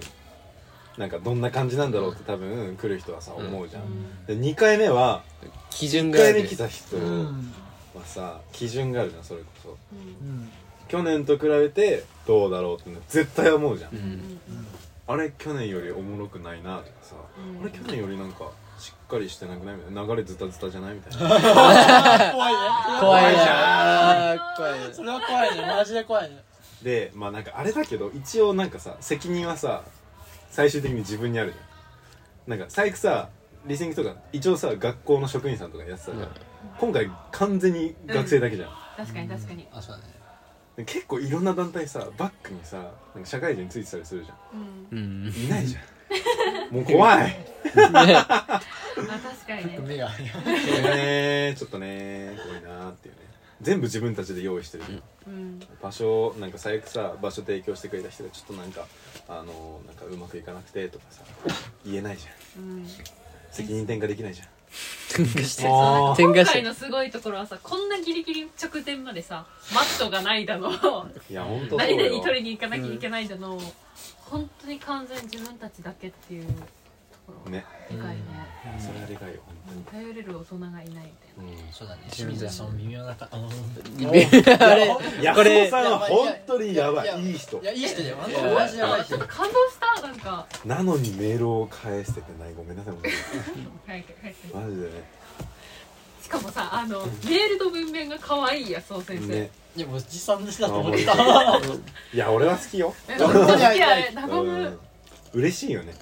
S2: なんかどんな感じなんだろうって多分来る人はさ
S1: うん
S2: 思うじゃん、
S7: う
S2: で2回目は
S1: 基準
S2: 1
S1: があ
S2: 回目
S1: る
S2: 来た人
S4: う
S2: は
S4: ん
S2: さ基準があるじゃんそれこそ
S7: ん
S4: うん
S2: 去年と比べてどうだろうっての絶対思うじゃん、
S1: う
S7: うん
S1: ん
S2: あれ去年よりおもろくないなとかさ、
S7: う
S2: あ
S7: ん
S2: れ去年よりなんかしっかりしてなくないみたいな流れズタズタじゃないみたいな
S4: 怖いね
S1: 怖い
S4: じ
S1: な
S4: ゃん
S1: ー怖いな
S4: それは怖いねマジで怖いね
S2: でまあなんかあれだけど一応なんかさ責任はさ最終的に自分にあるじゃんなんか最悪さリスニングとか一応さ学校の職員さんとかやってたじゃん、
S1: うん
S2: 今回完全に学生だけじゃん、
S7: 確かに確かに、
S4: あそうだね
S2: で結構いろんな団体さバックにさなんか社会人ついてたりするじゃ
S7: うん
S1: うんね
S2: んいないじゃ んもう怖い
S7: あ確かにね
S4: 目が
S2: ねちょっとね怖いなーっていうね全部自分たちで用意してる、
S7: うん
S2: 場所なんか最悪さ場所提供してくれた人がちょっとなんかあのなんかうまくいかなくてとかさ言えないじゃん
S7: うん
S2: 責任転嫁できないじゃん
S1: あー
S7: 今
S1: 転換し
S7: 回のすごいところはさこんなギリギリ直前までさマットがない だの
S2: いや本当そう
S7: 何
S2: よ
S7: 々取りに行かなきゃいけないだの、本当に完全に自分たちだけっていうところ
S2: ね
S7: でかいね、
S2: それはでかいよ本
S7: 頼れる大人がいないみたい
S2: 当に、
S4: そうだね清水はその微妙なかあの
S1: あれ
S2: いや
S1: これ
S2: 安尾さんは本当にやばい
S4: や
S2: いい人
S4: いやいい人だよマジでやばい人
S7: な感動したなんか
S2: なのにメールを返しててないごめんなさい本当に
S7: はいはい
S2: マジでね
S7: しかもさあのメールの文面が可愛いやそう先生、
S2: ね
S4: いやもうおじさんでした
S2: あ
S4: と
S2: も
S4: 思
S2: う
S4: って
S2: い
S4: た
S2: いや俺は好きよ
S7: え本当にあれ和
S2: う
S7: む
S2: ん嬉しいよね、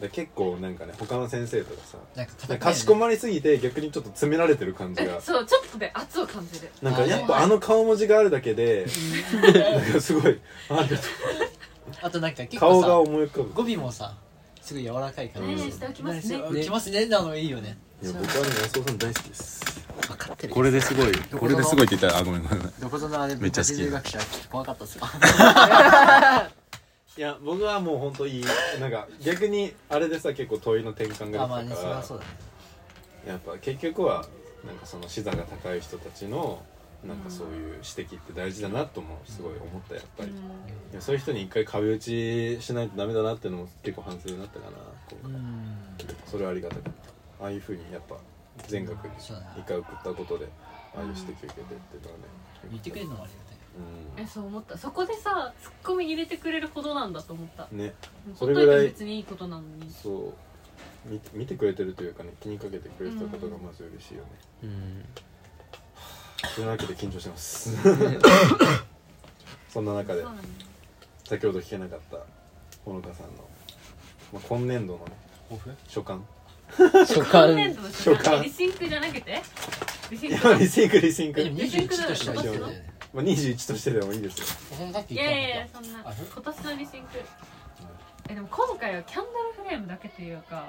S2: で結構なんかね他の先生とかさ
S4: なんか
S2: なんかかしこまりすぎて逆にちょっと詰められてる感じ
S7: え
S2: が
S7: そうちょっとで圧を感じる
S2: なんかやっぱあの顔文字があるだけでなんかすごいありがと
S4: あとなんか
S2: う
S4: 結
S2: 顔
S4: 構さ
S2: が思い浮かぶ
S4: 語尾もさすごい柔らかいから
S7: ねしておきますね
S4: ねきますねなのいいよね
S2: いや僕はね安尾さん大好きです
S4: 分かってる
S2: れですごい
S4: これですご
S2: いって言ったらあごめんごめん
S4: どこぞのあれ
S2: めっちゃ好き
S4: 文化人類学者ちょっと怖かったっすよ
S2: いや僕はもう本当いいなんか逆にあれでさ結構問いの転換
S4: あま
S2: が
S4: あ
S2: で
S4: ね
S2: きた
S4: そ
S2: か
S4: れ
S2: ら
S4: はそうだね
S2: やっぱ結局はなんかその資座が高い人たちのなんかそういう指摘って大事だなともすごい思ったやっぱり、いやそういう人に一回壁打ちしないとダメだなっていうのも結構反省になったかな
S4: う
S2: 今回、
S4: ん
S2: それはありがたかったああいうふうにやっぱ全額に
S4: そうだね
S2: 一回送ったことでああいう指摘を受けてっていうのはね、
S4: 言ってくれるのもあり
S2: う
S7: えそう思ったそこでさツッコミ入れてくれるほどなんだと思った
S2: んねそ
S7: ほ
S2: れ
S7: っと
S2: ぐ
S7: い
S2: らい
S7: て別にいいことなのに
S2: そうみ見てくれてるというかね気にかけてくれてたことがまず嬉しいよね、
S1: うん
S2: そんなわけで緊張してます そんな中で
S7: そうなんだ
S2: 先ほど聞けなかったほのかさんの、まあ、今年度のね
S4: がたい
S2: 所感
S1: 所
S7: 今
S1: 感
S7: 年度の
S2: 初
S7: 初
S2: 回
S7: 回リシンクじゃなくてリシン
S2: いや
S7: ク
S2: リシンクリシンク
S4: えでも21としては
S2: 一緒だよねまあ、21としてでもいいですよ
S4: それさっき
S7: い
S4: 言っ
S7: や
S4: た
S7: いやいや
S4: こ
S7: そんな
S4: あそう
S7: 今年のリシンクえでも今回はキャンドルフレームだけというか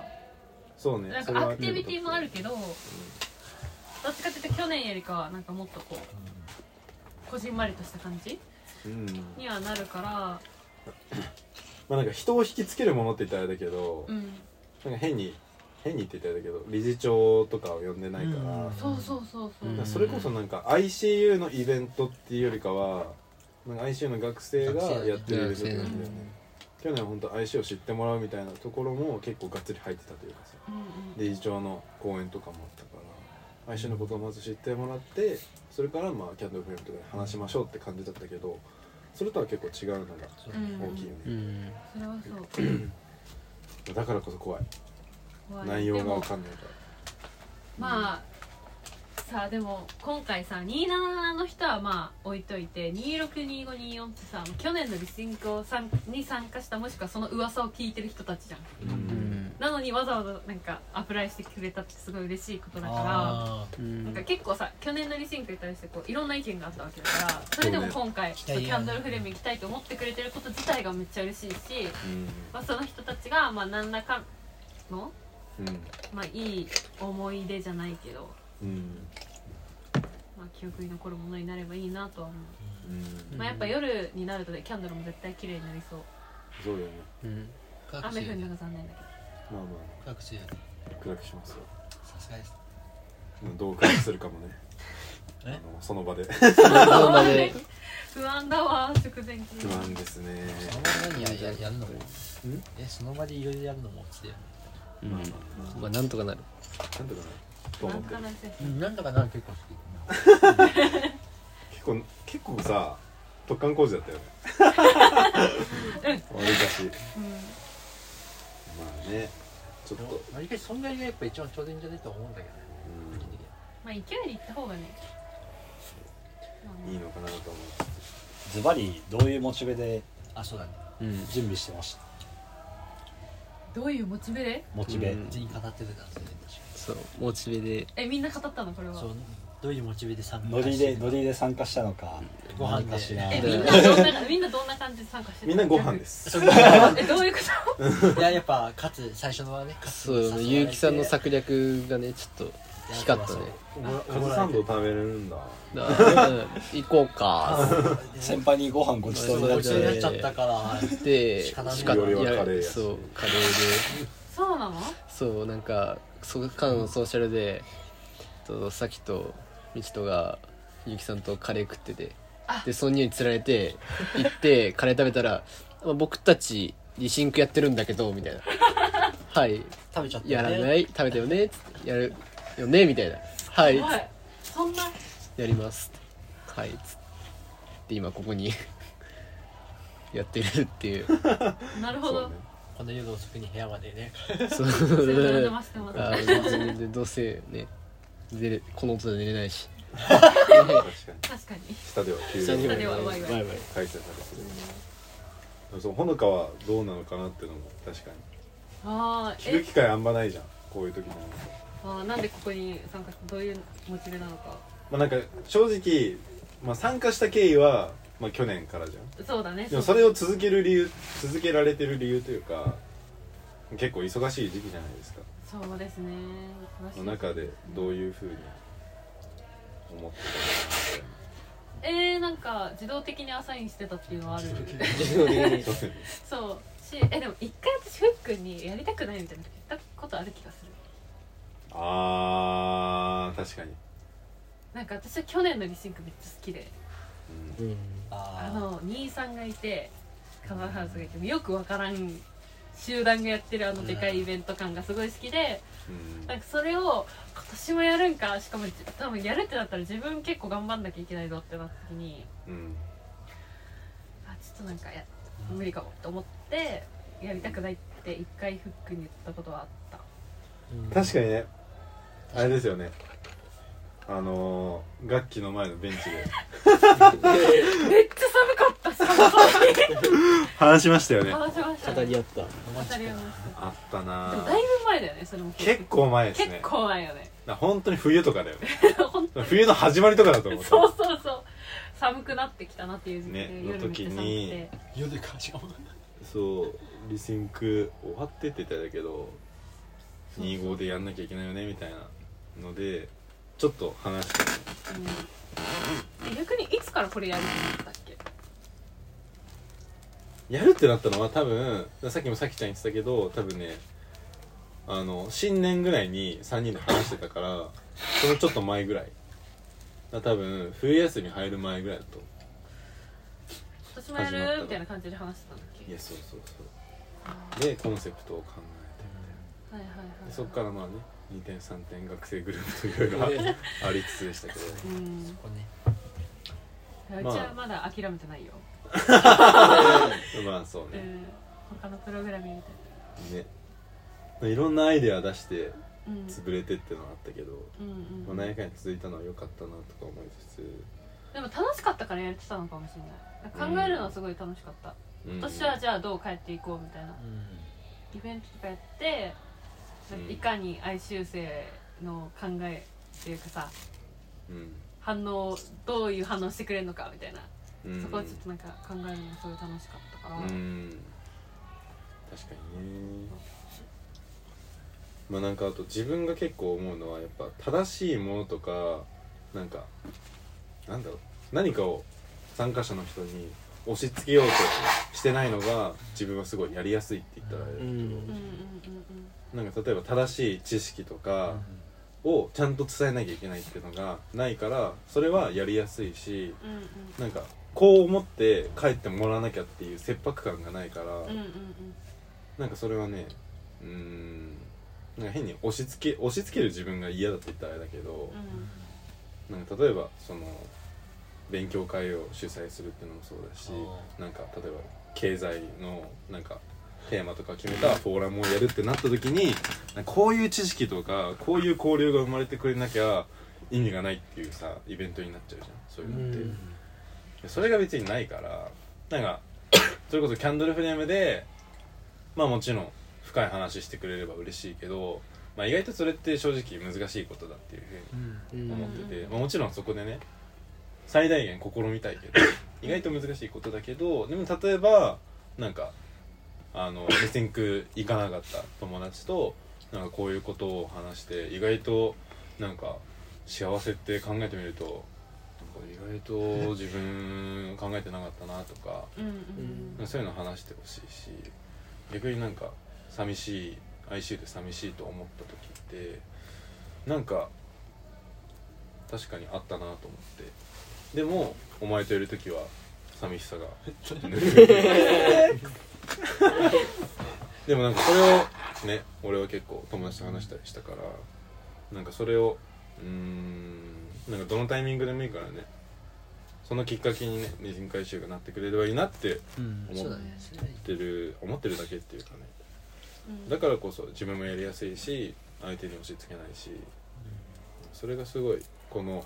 S2: そうね
S7: なん
S2: それは
S7: かアクティビティもあるけどどっちかっていうと去年よりかはなんかもっとこうこじんまりとした感じ
S2: うん
S7: にはなるから
S2: まあなんか人を引きつけるものって言ったらあれだけど、
S7: うん
S2: なんか変に変にって言ったらあれだけど理事長とかを呼んでないから、
S4: うん
S7: そうそうそうそう、
S2: だからそれこそなんか ICU のイベントっていうよりかはなんか ICU の学生がやってるイベントなんだよね
S1: 学生
S7: だね
S2: 去年は本当 ICU を知ってもらうみたいなところも結構がっつり入ってたというかさ
S7: うんうん、
S2: 理事長の講演とかもあったから ICU のことをまず知ってもらってそれからまあキャンドルフレームとかで話しましょうって感じだったけどそれとは結構違うのが
S7: うん
S2: 大きいよね、
S1: うん
S7: それはそう
S2: だからこそ怖い
S7: 怖い
S2: 内容
S7: で
S2: が
S7: も
S2: 分かんないから
S7: まあさあでも今回さ27の人はまあ置いといて262524ってさ去年のリシンクをさんに参加したもしくはその噂を聞いてる人たちじゃん
S1: うん
S7: なのにわざわざなんかアプライしてくれたってすごい嬉しいことだか
S4: あー
S1: う
S7: らなん
S1: ん
S7: か結構さ去年のリシンクに対してこういろんな意見があったわけだからそれでも今回
S4: 期
S7: キ
S4: 待が
S7: ャンドルフレーム行きたいと思ってくれてること自体がめっちゃ嬉しいし、まあ、その人たちがまあ何らかの、
S2: うんうん
S7: まあ、いい思い出じゃないけど
S2: うん
S7: まあ、記憶に残るものになればいいなとは思う、
S2: うん
S7: まあやっぱ夜になるとねキャンドルも絶対綺麗になりそう
S2: そうだよね
S1: うん
S4: 各
S7: 雨
S4: 地
S7: 降るのが残念だけ
S2: まあま
S4: 各地
S2: あ暗くしますよ
S4: さすがです
S2: どう暗くするかもねあ
S4: え
S2: のその場で
S1: その場で
S7: ど不安だわ直前に
S2: 不安ですね
S4: その場で何やややるのもえその場でいろいろやるのもつだよね
S1: うん
S2: まあまあまあ
S1: まあなんとかなる
S2: なんとかなと
S7: な
S2: 思っ
S7: ん
S2: て
S7: か
S2: る
S7: なせ
S4: うんなんだかな結構好き
S2: 結構結構さ突貫工事だったよね悪いかしまあ
S7: う
S2: ねちょっと
S4: 毎回そんぐらいがやっぱ一番ちょうどいいんじゃないと思うんだけどね個人的には
S7: んまあ勢いで行った方がね
S2: うんいいのかなと思
S6: ズバリどういうモチベで
S4: あそうだね
S1: うん
S6: 準備してました
S7: どういうモチベで
S6: モチベ、
S1: うん
S4: 全員語ってるからそれで
S1: そうモチベで
S7: えみんな語ったのこれは
S4: そうどういうモチベで参
S6: ノ
S4: 加
S6: リ
S4: して
S6: で
S4: る
S6: ノリで参加したのか
S4: ご飯
S6: 何かしら
S7: え
S1: で
S7: みんなどんなみんなどんな感じで参加して
S2: うみ
S7: た
S2: んなご飯です
S7: えどういうこと
S4: いややっぱ勝つ最初のはね
S1: そう結城さんの策略がねちょっと光ったね
S2: おもカズサンド食べれるんだ
S1: だからうん 行こうか
S6: 先輩にご飯ごちそうにな
S4: ご
S6: っ
S4: ち
S6: て
S4: そうになっちゃったから
S1: で
S4: 仕方ない
S2: 俺はカレーやし
S1: そうカレーで
S7: そうなの
S1: そうなんかその間のソーシャルでとさきとみちとがゆきさんとカレー食っててでその匂いにつられて行ってカレー食べたらまあ僕たちリシンクやってるんだけどみたいな「はい
S4: 食べちゃった
S1: や
S4: よ
S1: ら
S4: ね
S1: ない食べたよね」つってやるよね」みたいな「はい」
S7: おいそんな
S1: やりますはいつってで今ここに やってるっていう
S7: なるほ
S2: そう
S7: ど
S2: ね
S4: この夜遅くに部屋までね
S1: そう
S7: それから騙してます
S1: あー全然どうせね出れこの音で寝れないし
S2: 確かに
S7: 確かに
S2: 下では急
S1: 下
S2: に
S7: ではワイワイ
S1: ワイ
S2: 開催されてるそうほのかはどうなのかなってのも確かに
S7: あー
S2: 聞く
S7: え
S2: 機会あんまないじゃんこういう時に
S7: あーなんでここに参加してどういうモチベなのか
S2: まあなんか正直、まあ、参加した経緯は、まあ、去年からじゃん
S7: そうだね
S2: でもそれを続ける理由続けられてる理由というか結構忙しい時期じゃないですか
S7: そうですね
S2: の中でどういうふうに思って
S7: えー、なんか自動的にアサインしてたっていうのはある
S2: たのか
S7: そうしえでも一回私ふっくんにやりたくないみたいなこと言ったことある気がする
S2: あー確かに
S7: なんか私は去年のリシンクめっちゃ好きであ
S6: あ
S7: の兄さんがいてカバーハウスがいてよくわからん集団がやってるあのでかいイベント感がすごい好きでなんかそれを今年もやるんかしかも多分やるってなったら自分結構頑張んなきゃいけないぞってなった時に
S2: うん
S7: あちょっとなんかや無理かもって思ってやりたくないって一回フックに言ったことはあった
S2: 確かにねあれですよねあのー、楽器の前のベンチで
S7: めっちゃ寒かったしかもその日
S2: 話しましたよね
S7: 話しました
S1: 語り合った
S7: 当たりました
S2: あった
S7: でも
S2: な
S7: だいぶ前だよねそれも
S2: 結構前ですね
S7: 結構前よね
S2: な本当に冬とかだよね
S7: 本当に
S2: 冬の始まりとかだと思う
S7: そうそうそう寒くなってきたなっていう時期で、
S2: ね
S7: 夜めっちゃ寒く
S2: の時に
S7: て
S4: 夜でかしかも
S2: そうリシンク終わってって言ってたけど25でやんなきゃいけないよねみたいなのでちょっと話して
S7: うん逆にいつからこれやるってなったっけ
S2: やるってなったのは多分さっきもさきちゃん言ってたけど多分ねあの新年ぐらいに3人で話してたからそのちょっと前ぐらいだから多分冬休み入る前ぐらいだと思
S7: 今年もやるみたいな感じで話してたんだっ
S2: うい
S7: け
S2: やそうそうそうでコンセプトを考えて
S7: はいはいはい
S2: でそっからまあね2点3点学生グループといろいろありつつでしたけど
S7: うん
S4: これね
S7: うちはまだ諦めてないよ、
S2: まあそうね
S7: うん他のプログラミング
S2: ねいろんなアイデア出して
S7: みたい
S2: 潰れてってのはあったけど、
S7: なうんうんう
S2: まあ、
S7: ん
S2: 何やかんや続いたのは良かったなとか思いつつ
S7: でも楽しかったからやれてたのかもしれない考えるのはすごい楽しかった、
S2: うん
S7: 今年はじゃあどう帰っていこうみたいなイベントとかやって
S2: うん
S7: いかに哀愁生の考えっていうかさ
S2: うん
S7: 反応どういう反応してくれるのかみたいな
S2: うん
S7: そこはちょっとなんか考えるのがすごい楽しかったから、
S2: うん確かにねまあなんかあと自分が結構思うのはやっぱ正しいものとかなんかなんだろう何かを参加者の人に押し付けようとしてないのが自分はすごいやりやすいって言ったらあれだけど、
S1: うん
S7: うんうん
S2: なんか例えば正しい知識とかをちゃんと伝えなきゃいけないっていうのがないからそれはやりやすいし
S7: うんうんうん
S2: なんかこう思って帰ってもらわなきゃっていう切迫感がないから、
S7: うんうんうん
S2: なんかそれはねうーんなんか変に押し付け押し付ける自分が嫌だって言ったらあれだけど
S7: う、ん
S2: なんか例えばその勉強会を主催するっていうのもそうだしなんか例えば経済のなんかテーマとか決めたフォーラムをやるってなった時になんかこういう知識とかこういう交流が生まれてくれなきゃ意味がないっていうさイベントになっちゃうじゃんそういうのって。それが別にないからなんかそれこそキャンドルフレームでまあもちろん深い話してくれれば嬉しいけど、まあ、意外とそれって正直難しいことだっていうふ
S1: う
S2: うに思っ
S1: ん
S2: てて、
S7: うん
S2: まあ、もちろんそこでね最大限試みたいけど意外と難しいことだけどでも例えばなんかあのレセンク行かなかった友達となんかこういうことを話して意外となんか幸せって考えてみるとなんか意外と自分考えてなかったなとか
S7: うんうん
S1: うん
S2: そういうの話してほしいし逆になんか寂しい ICU で寂しいと思った時ってなんか確かにあったなと思ってでもお前といる時は寂しさが でもなんかそれをね俺は結構友達と話したりしたからなんかそれをうーんなんかどのタイミングでもいいからねそのきっかけにね二人回収がなってくれればいいなって
S4: うん
S2: 思
S1: そう
S2: っ
S1: だねそれ
S2: てる思ってるだけっていうかね
S7: うん
S2: だからこそ自分もやりやすいし相手に押し付けないしそれがすごいこの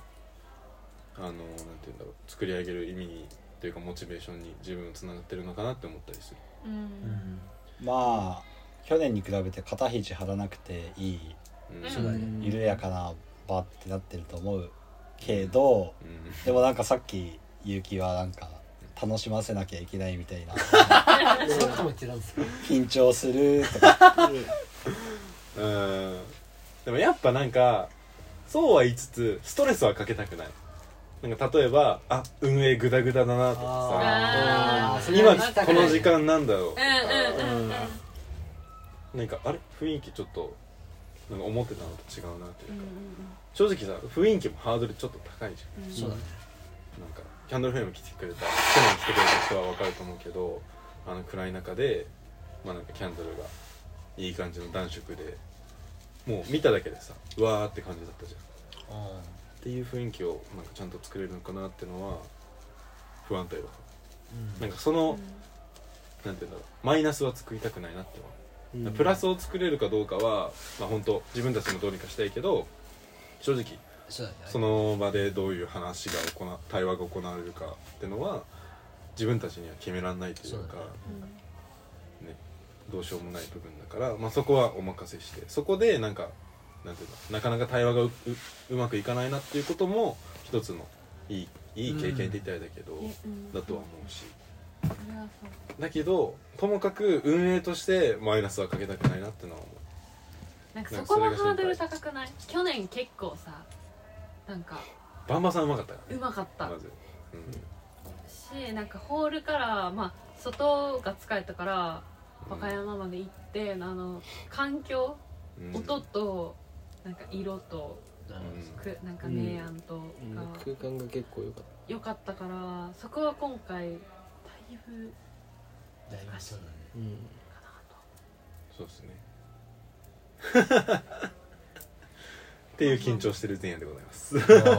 S2: あのなんて言うんだろう作り上げる意味にというかモチベーションに自分もつながってるのかなって思ったりする
S7: うんうん
S6: まあ去年に比べて肩肘張らなくていい
S2: うん
S1: そうだね
S6: 緩やかな場ってなってると思うけ
S2: う
S6: ど
S2: ん
S6: でもなんかさっき結城はなんか楽しませなきゃいけないみたいな
S4: そんなことも言ってたんですか
S6: 緊張するとか
S2: うんでもやっぱなんかそうは言いつつストレスはかけたくないなんか例えばあ運営グダグダだなとか
S7: あ
S2: さ今この時間なんだろうとか、
S7: うんうんうんうん
S2: なんかあれ雰囲気ちょっとなんか思ってたのと違うなといううか、
S8: ん
S2: 正直さ雰囲気もハードルちょっと高いじゃん
S8: うん
S9: そうだね
S2: なんかキャンドルフレーム来てくれた去年来てくれた人は分かると思うけどあの暗い中で、まあ、なんかキャンドルがいい感じの暖色でもう見ただけでさうわーって感じだったじゃんっていう雰囲気をなんかちゃんと作れるのかなってのは不安定だったなんかその、なんて言うんだろうマイナスは作りたくないなって思う
S4: うん
S2: プラスを作れるかどうかは、まあ、本当自分たちもどうにかしたいけど正直
S4: そうだね
S2: その場でどういう話が行わ対話が行われるかってのは自分たちには決めらんないというか
S4: そうだ
S2: ねどうしようもない部分だから、まあ、そこはお任せしてそこでなんかなんていうのなかなか対話がうううまくいかないなっていうことも一つのいいいい経験って言ったらあれだけど、だとは思うしだけどともかく運営としてマイナスはかけたくないなってのは思う
S7: なんかそこのハードル高くない去年結構さなんか
S2: バンバさんうまかったから
S7: う
S2: ね
S7: まかった
S2: まず、
S7: しなんかホールからまあ外が疲れたから和歌山まで行って、あの環境
S2: うんうん
S7: 音となんか色と
S2: うん
S7: くなんか明暗と
S4: うん
S7: が
S4: 空間が結構良かっ
S7: 良かったからそこは今回だいぶ
S1: だいぶそうだね
S4: たう
S2: そう
S4: ん
S2: ですねっていう緊張してる前夜でございますですね
S7: あ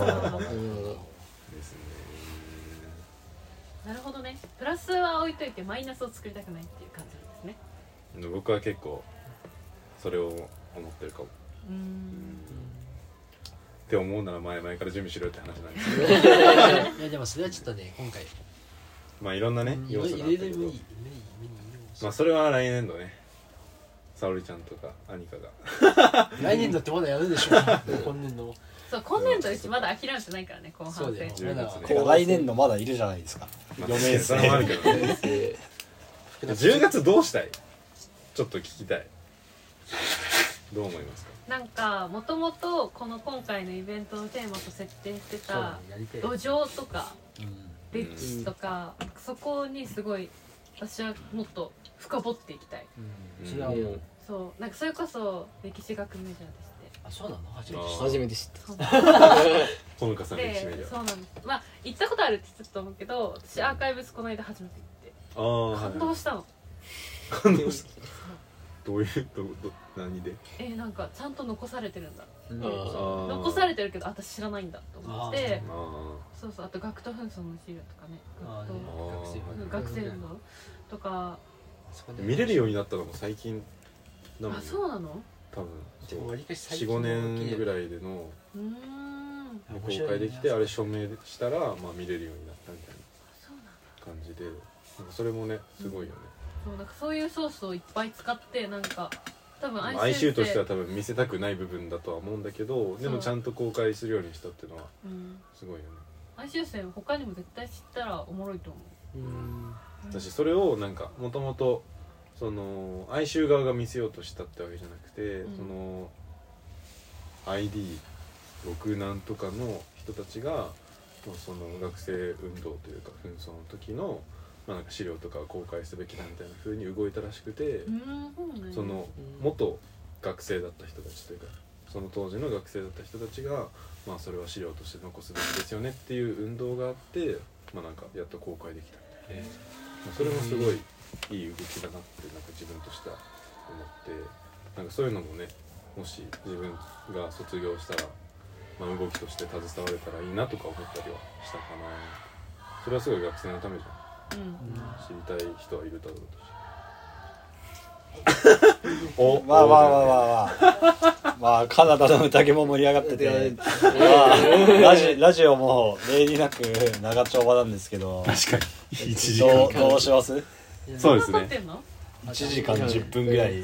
S4: なるほど
S7: なるほどねプラスは置いといてマイナスを作りたくないっていう感じなんですね
S2: 僕は結構それを思ってるかも
S7: う
S2: って思うなら前々から準備しろよって話なんですけど
S1: いやでもそれはちょっとね今回
S2: まあいろんなね要素があっ
S1: 入れ
S2: た
S1: る
S2: け
S1: 目に目
S2: ど
S1: に目に
S2: まあそれは来年度ね沙織ちゃんとかアニカが
S1: 来年度ってまだやるでしょ今年度
S7: そう今年度うちまだ諦めてないからね後半
S1: そうだ
S7: 戦
S1: よ
S2: 10
S1: まだ
S2: 月
S6: て
S2: で
S6: か来年度まだいるじゃないですか
S2: まあ
S6: 余命
S2: それもあるけどね
S4: で
S2: 10月どうしたいちょっと聞きたいどう思いますか
S7: なんかもともとこの今回のイベントのテーマと設定して
S1: そうだね
S7: た
S1: やりたい
S7: 土壌とか
S1: うん
S7: 歴史とか、そこにすごい私はもっと深掘っていきたい
S1: うん
S2: うん
S1: それはもう
S7: そうなんかそれこそ歴史学メジャーでして
S1: あそうなの初めて知っ
S4: 初めて知 っ
S7: そう
S2: ほのかさんの歴史メデ
S7: で
S2: ィ
S7: そうなんですまあ行ったことあるって言ってたと思うけど私アーカイブスこの間初めて
S2: アあ
S7: 行って
S2: あ
S7: 感動したの
S2: 感動したどういうどど何で
S7: えー、なんかちゃんと残されてるんだ
S4: た
S7: そう
S2: あー
S7: 残されてるけど私知らないんだと思って
S2: あ
S7: そうそうあと学徒紛争の資料とかね
S1: あーね
S7: 学徒うん
S2: あ
S7: 学生運動とか
S1: そこ
S2: ー
S1: で
S2: 見れるようになったのも最近だもん
S7: あ
S2: ね
S7: そうなの
S2: 多分
S1: でもわりかし最近
S2: 45年ぐらいでのも
S7: うーん
S2: う公開できてあれ署名したら、まあ、見れるようになったみたい
S7: そうなんだ
S2: な感じでなんかそれもねすごいよね、
S7: そうなんかそういうソースをいっぱい使ってなんか多分
S2: 哀愁としては
S7: て
S2: 多分見せたくない部分だとは思うんだけどでもちゃんと公開するようにしたっていうのは
S7: うん
S2: すごいよね
S7: 哀愁生他にも絶対知ったらおもろいと思う
S2: だしそれをなんかもともとその哀愁側が見せようとしたってわけじゃなくて、
S7: うん
S2: その ID6 なんとかの人たちがまあその学生運動というか紛争の時の、まあ、なんか資料とかを公開すべきだみたいな風に動いたらしくて
S7: う、んそうなんだ
S2: その元学生だった人たちというかその当時の学生だった人たちが、まあ、それは資料として残すべきですよねっていう運動があって、まあ、なんかやっと公開できたみたいで、まあ、それもすごいいい動きだなってなんか自分としては思ってなんかそういうのもねもし自分が卒業したら、まあ、動きとして携われたらいいなとか思ったりはしたかなそれはすごい学生のためじゃ
S7: うん
S2: ん知りたい人はいるだろうとしお
S6: わあわあわあわあわあまあカナダの宴も盛り上がっててまあラジラジオも例になく長丁場なんですけど
S2: 確かに1時間
S6: どうどうします
S2: そうで
S7: そ
S2: す
S7: んな撮っ
S2: ね
S7: てんの
S6: 1時間10分ぐらい
S4: めっ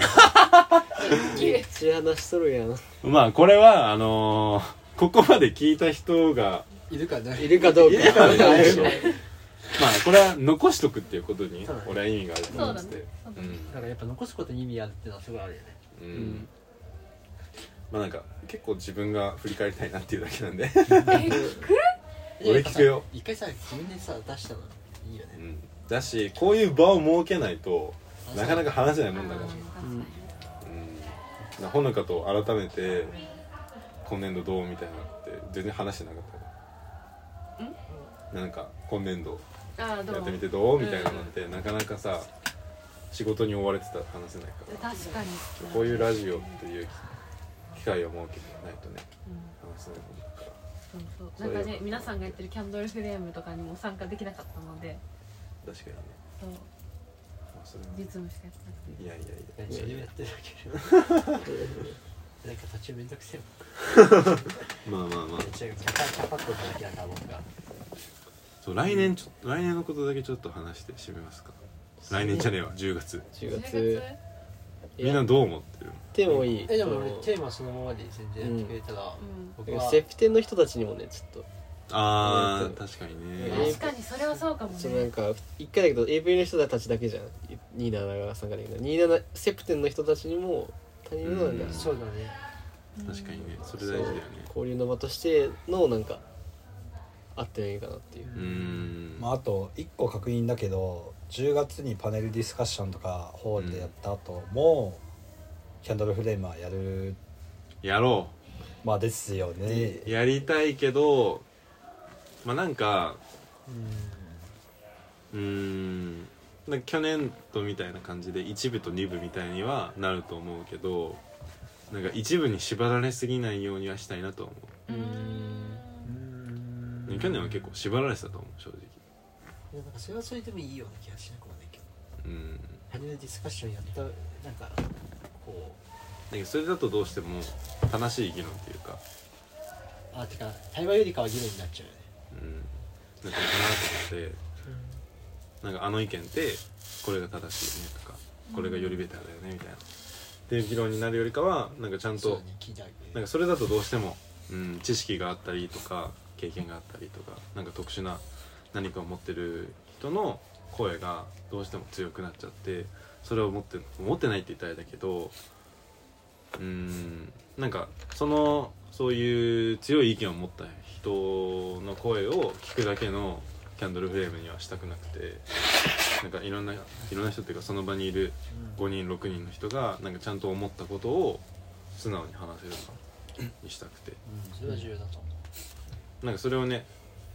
S4: ちゃ話しとるやん
S2: まあこれはあのーここまで聞いた人が
S1: いるかない
S4: るかどうか
S2: まあこれは残しとくっていうことに
S1: そうだね
S2: 俺は意味があると思って
S7: そうだねそうだね
S1: なんかやっぱ残すことに意味あるっていうのはすごいあるよね
S2: うん、
S4: ん
S2: まあなんか結構自分が振り返りたいなっていうだけなんで
S1: いや
S2: 俺聞くよ、
S1: 一回さ自分でさ出したのいいよ
S2: う
S1: ね
S2: ん、だしこういう場を設けないとなかなか話せない
S7: あー
S2: もんだから
S7: 確か
S2: う
S7: に
S2: んなほのかと改めて今年度どうみたいなのって全然話してなかったなんか今年度
S10: ああど
S2: や
S10: う
S2: ってみ
S10: も
S2: てどうみたいなのってなかなかさ仕事に追われてたら話せないから
S10: 確かに
S2: こういうラジオっていう機会を設けてないとね話せないもんだから
S10: そうそうなんかね皆さんがやってるキャンドルフレームとかにも参加できなかったので
S2: 確かにね、
S10: そう
S2: まあ、それ
S10: 実務しかやってなくて
S2: いや
S11: 何
S2: いやいや
S11: をやってるわけでもなんか途中めんどくせえも
S2: まあまあまあ
S11: ん違うキャパキャパッとだけなんだもんか
S2: そう来年ちょ来年のことだけちょっと話して締めますか 来年じゃねえわ10月
S1: 10
S10: 10
S1: 月
S2: みんなどう思ってる
S1: でもいい
S11: えでも俺テーマそのままで全然やってくれたら、
S10: うん
S11: 僕
S1: その
S11: は
S1: セプテンの人たちにもねちょっと
S2: ああ確かに
S1: え
S2: ね
S10: 確かにそれはそうかも
S1: そのなん
S10: ね
S1: か一回だけど AV の人たちだけじゃん27が参加できない27セプテンの人たちにも他人のなんか、
S2: うん
S11: そうだね
S2: 確かにねそれ
S1: そう
S2: 大事だよね
S1: 交流の場としてのなんかあってもいいかなっていう
S2: うーん
S12: まあ、あと1個確認だけど10月にパネルディスカッションとかホールでやった後も、キャンドルフレームはやる
S2: やろ
S12: まあですよね
S2: うやりたいけどまあなんかうーんなんか去年とみたいな感じで一部と二部みたいにはなると思うけどなんか一部に縛られすぎないようにはしたいなとは思
S1: うーん
S2: う、去年は結構縛られてたと思う正直
S11: でもなんかそれはそれでもいいような気がしなくもないけど
S2: うん
S11: 羽のディスカッションやったなんかこ
S2: だけどそれだとどうしても正しい議論っていうか
S11: うあてか対話よりかは議論になっちゃうよね
S2: うんなんかいいかなと思って、なんかあの意見ってこれが正しいよねとかこれがよりベターだよねみたいな、っていう議論になるよりかはなんかちゃん
S11: そう
S2: と
S11: だね聞いてあげ
S2: なん
S11: る
S2: かそれだとどうしても、うん、知識があったりとか経験があったりとかなんか特殊な何かを持ってる人の声がどうしても強くなっちゃってそれを持って持ってないって言ったらあれだけどうんなんかそのそういう強い意見を持った人の声を聞くだけのキャンドルフレームにはしたくなくてなんかいろんないろんな人っていうかその場にいる5人6人の人がなんかちゃんと思ったことを素直に話せるのにしたくて
S11: うんそれは重要だと思う
S2: なんかそれをね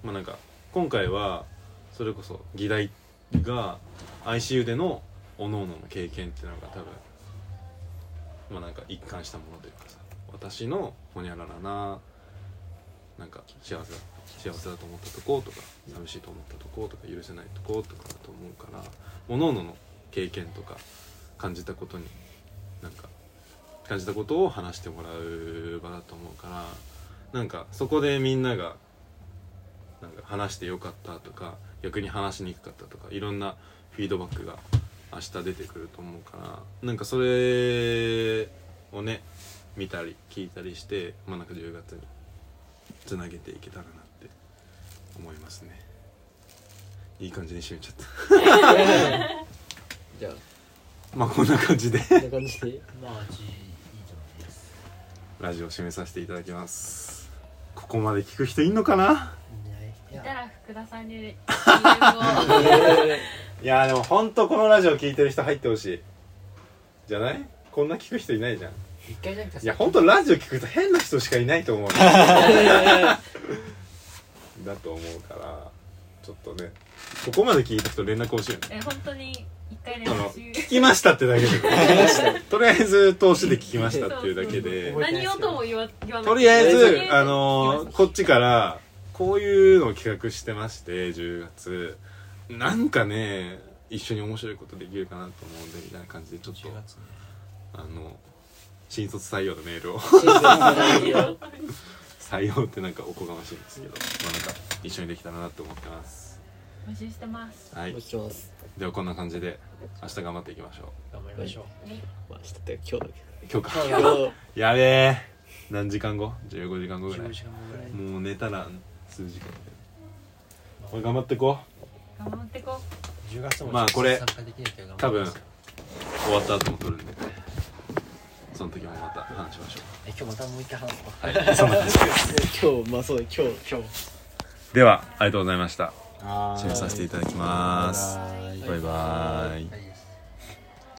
S2: まあなんか今回はそれこそ議題が ICU でのおののの経験っていうのが多分まあなんか一貫したものというかさ私のほにゃららななんか幸せだ幸せだと思ったとことか寂しいと思ったとことか許せないとことかだと思うからおののの経験とか感じたことになんか感じたことを話してもらう場だと思うからなんかそこでみんながなんか話してよかったとか逆に話しにくかったとかいろんなフィードバックが明日出てくると思うからなんかそれをね見たり聞いたりして、まあ、なんか10月につなげていけたらなって思いますねいい感じに締めちゃっ
S1: じゃあ
S2: たまあこんな感じで
S1: こんな 感じで
S11: まあじいいと思います
S2: ラジオ締めさせていただきますここまで聞く人いんのかない
S10: いた
S11: や
S10: ら福田 さんに DM を
S2: いやーでもほんとこのラジオ聞いてる人入ってほしいじゃないこんな聞く人いないじゃん
S11: 一回なんかさ
S2: いや本当ラジオ聞くと変な人しかいないと思うだと思うからちょっとねここまで聞いた人連絡欲しいよね
S10: え本当に一回練
S2: あの
S10: 習
S2: 聞きましたってだけでとりあえず投資で聞きましたっていうだけで
S11: 覚えてな
S10: 何
S11: いです
S10: を
S11: けど
S10: とも言わ言わない
S2: とりあえ
S10: とり
S2: ずあ
S10: えず
S2: のーこっちからこういうのを企画してまして10月なんかね一緒に面白いことできるかなと思うんでみたいな感じでちょっと
S11: 10月ね
S2: あの新卒採用のメールを採用ってなんかおこがましいんですけど、まあ、なんか一緒にできたらなと思ってます
S10: 募集してます
S2: はい
S1: 落ちます
S2: ではこんな感じで明日頑張っていきましょ
S11: 頑張りましょう
S1: まあ明日って今日だ
S2: う今日か
S1: けど
S2: やべえ何時間後15時間後ぐら
S11: 15
S2: い
S11: 時間後ぐらい
S2: もう寝たら数時間でこれ頑張ってこ
S10: 頑張ってこ
S11: 10月も
S2: まあこれ
S11: 参加できないけど頑
S2: う
S11: 張り
S2: 多
S11: ま
S2: 分
S11: す
S2: 終わった後も撮るんでその時もまた話しましょ
S11: え今日またもう一回話すか
S2: うはいそんな感じで
S1: 今日まあそうだ今日
S11: 今日
S2: ではありがとうございました
S12: あ
S2: 締めさせていただきますバイバイ
S11: はい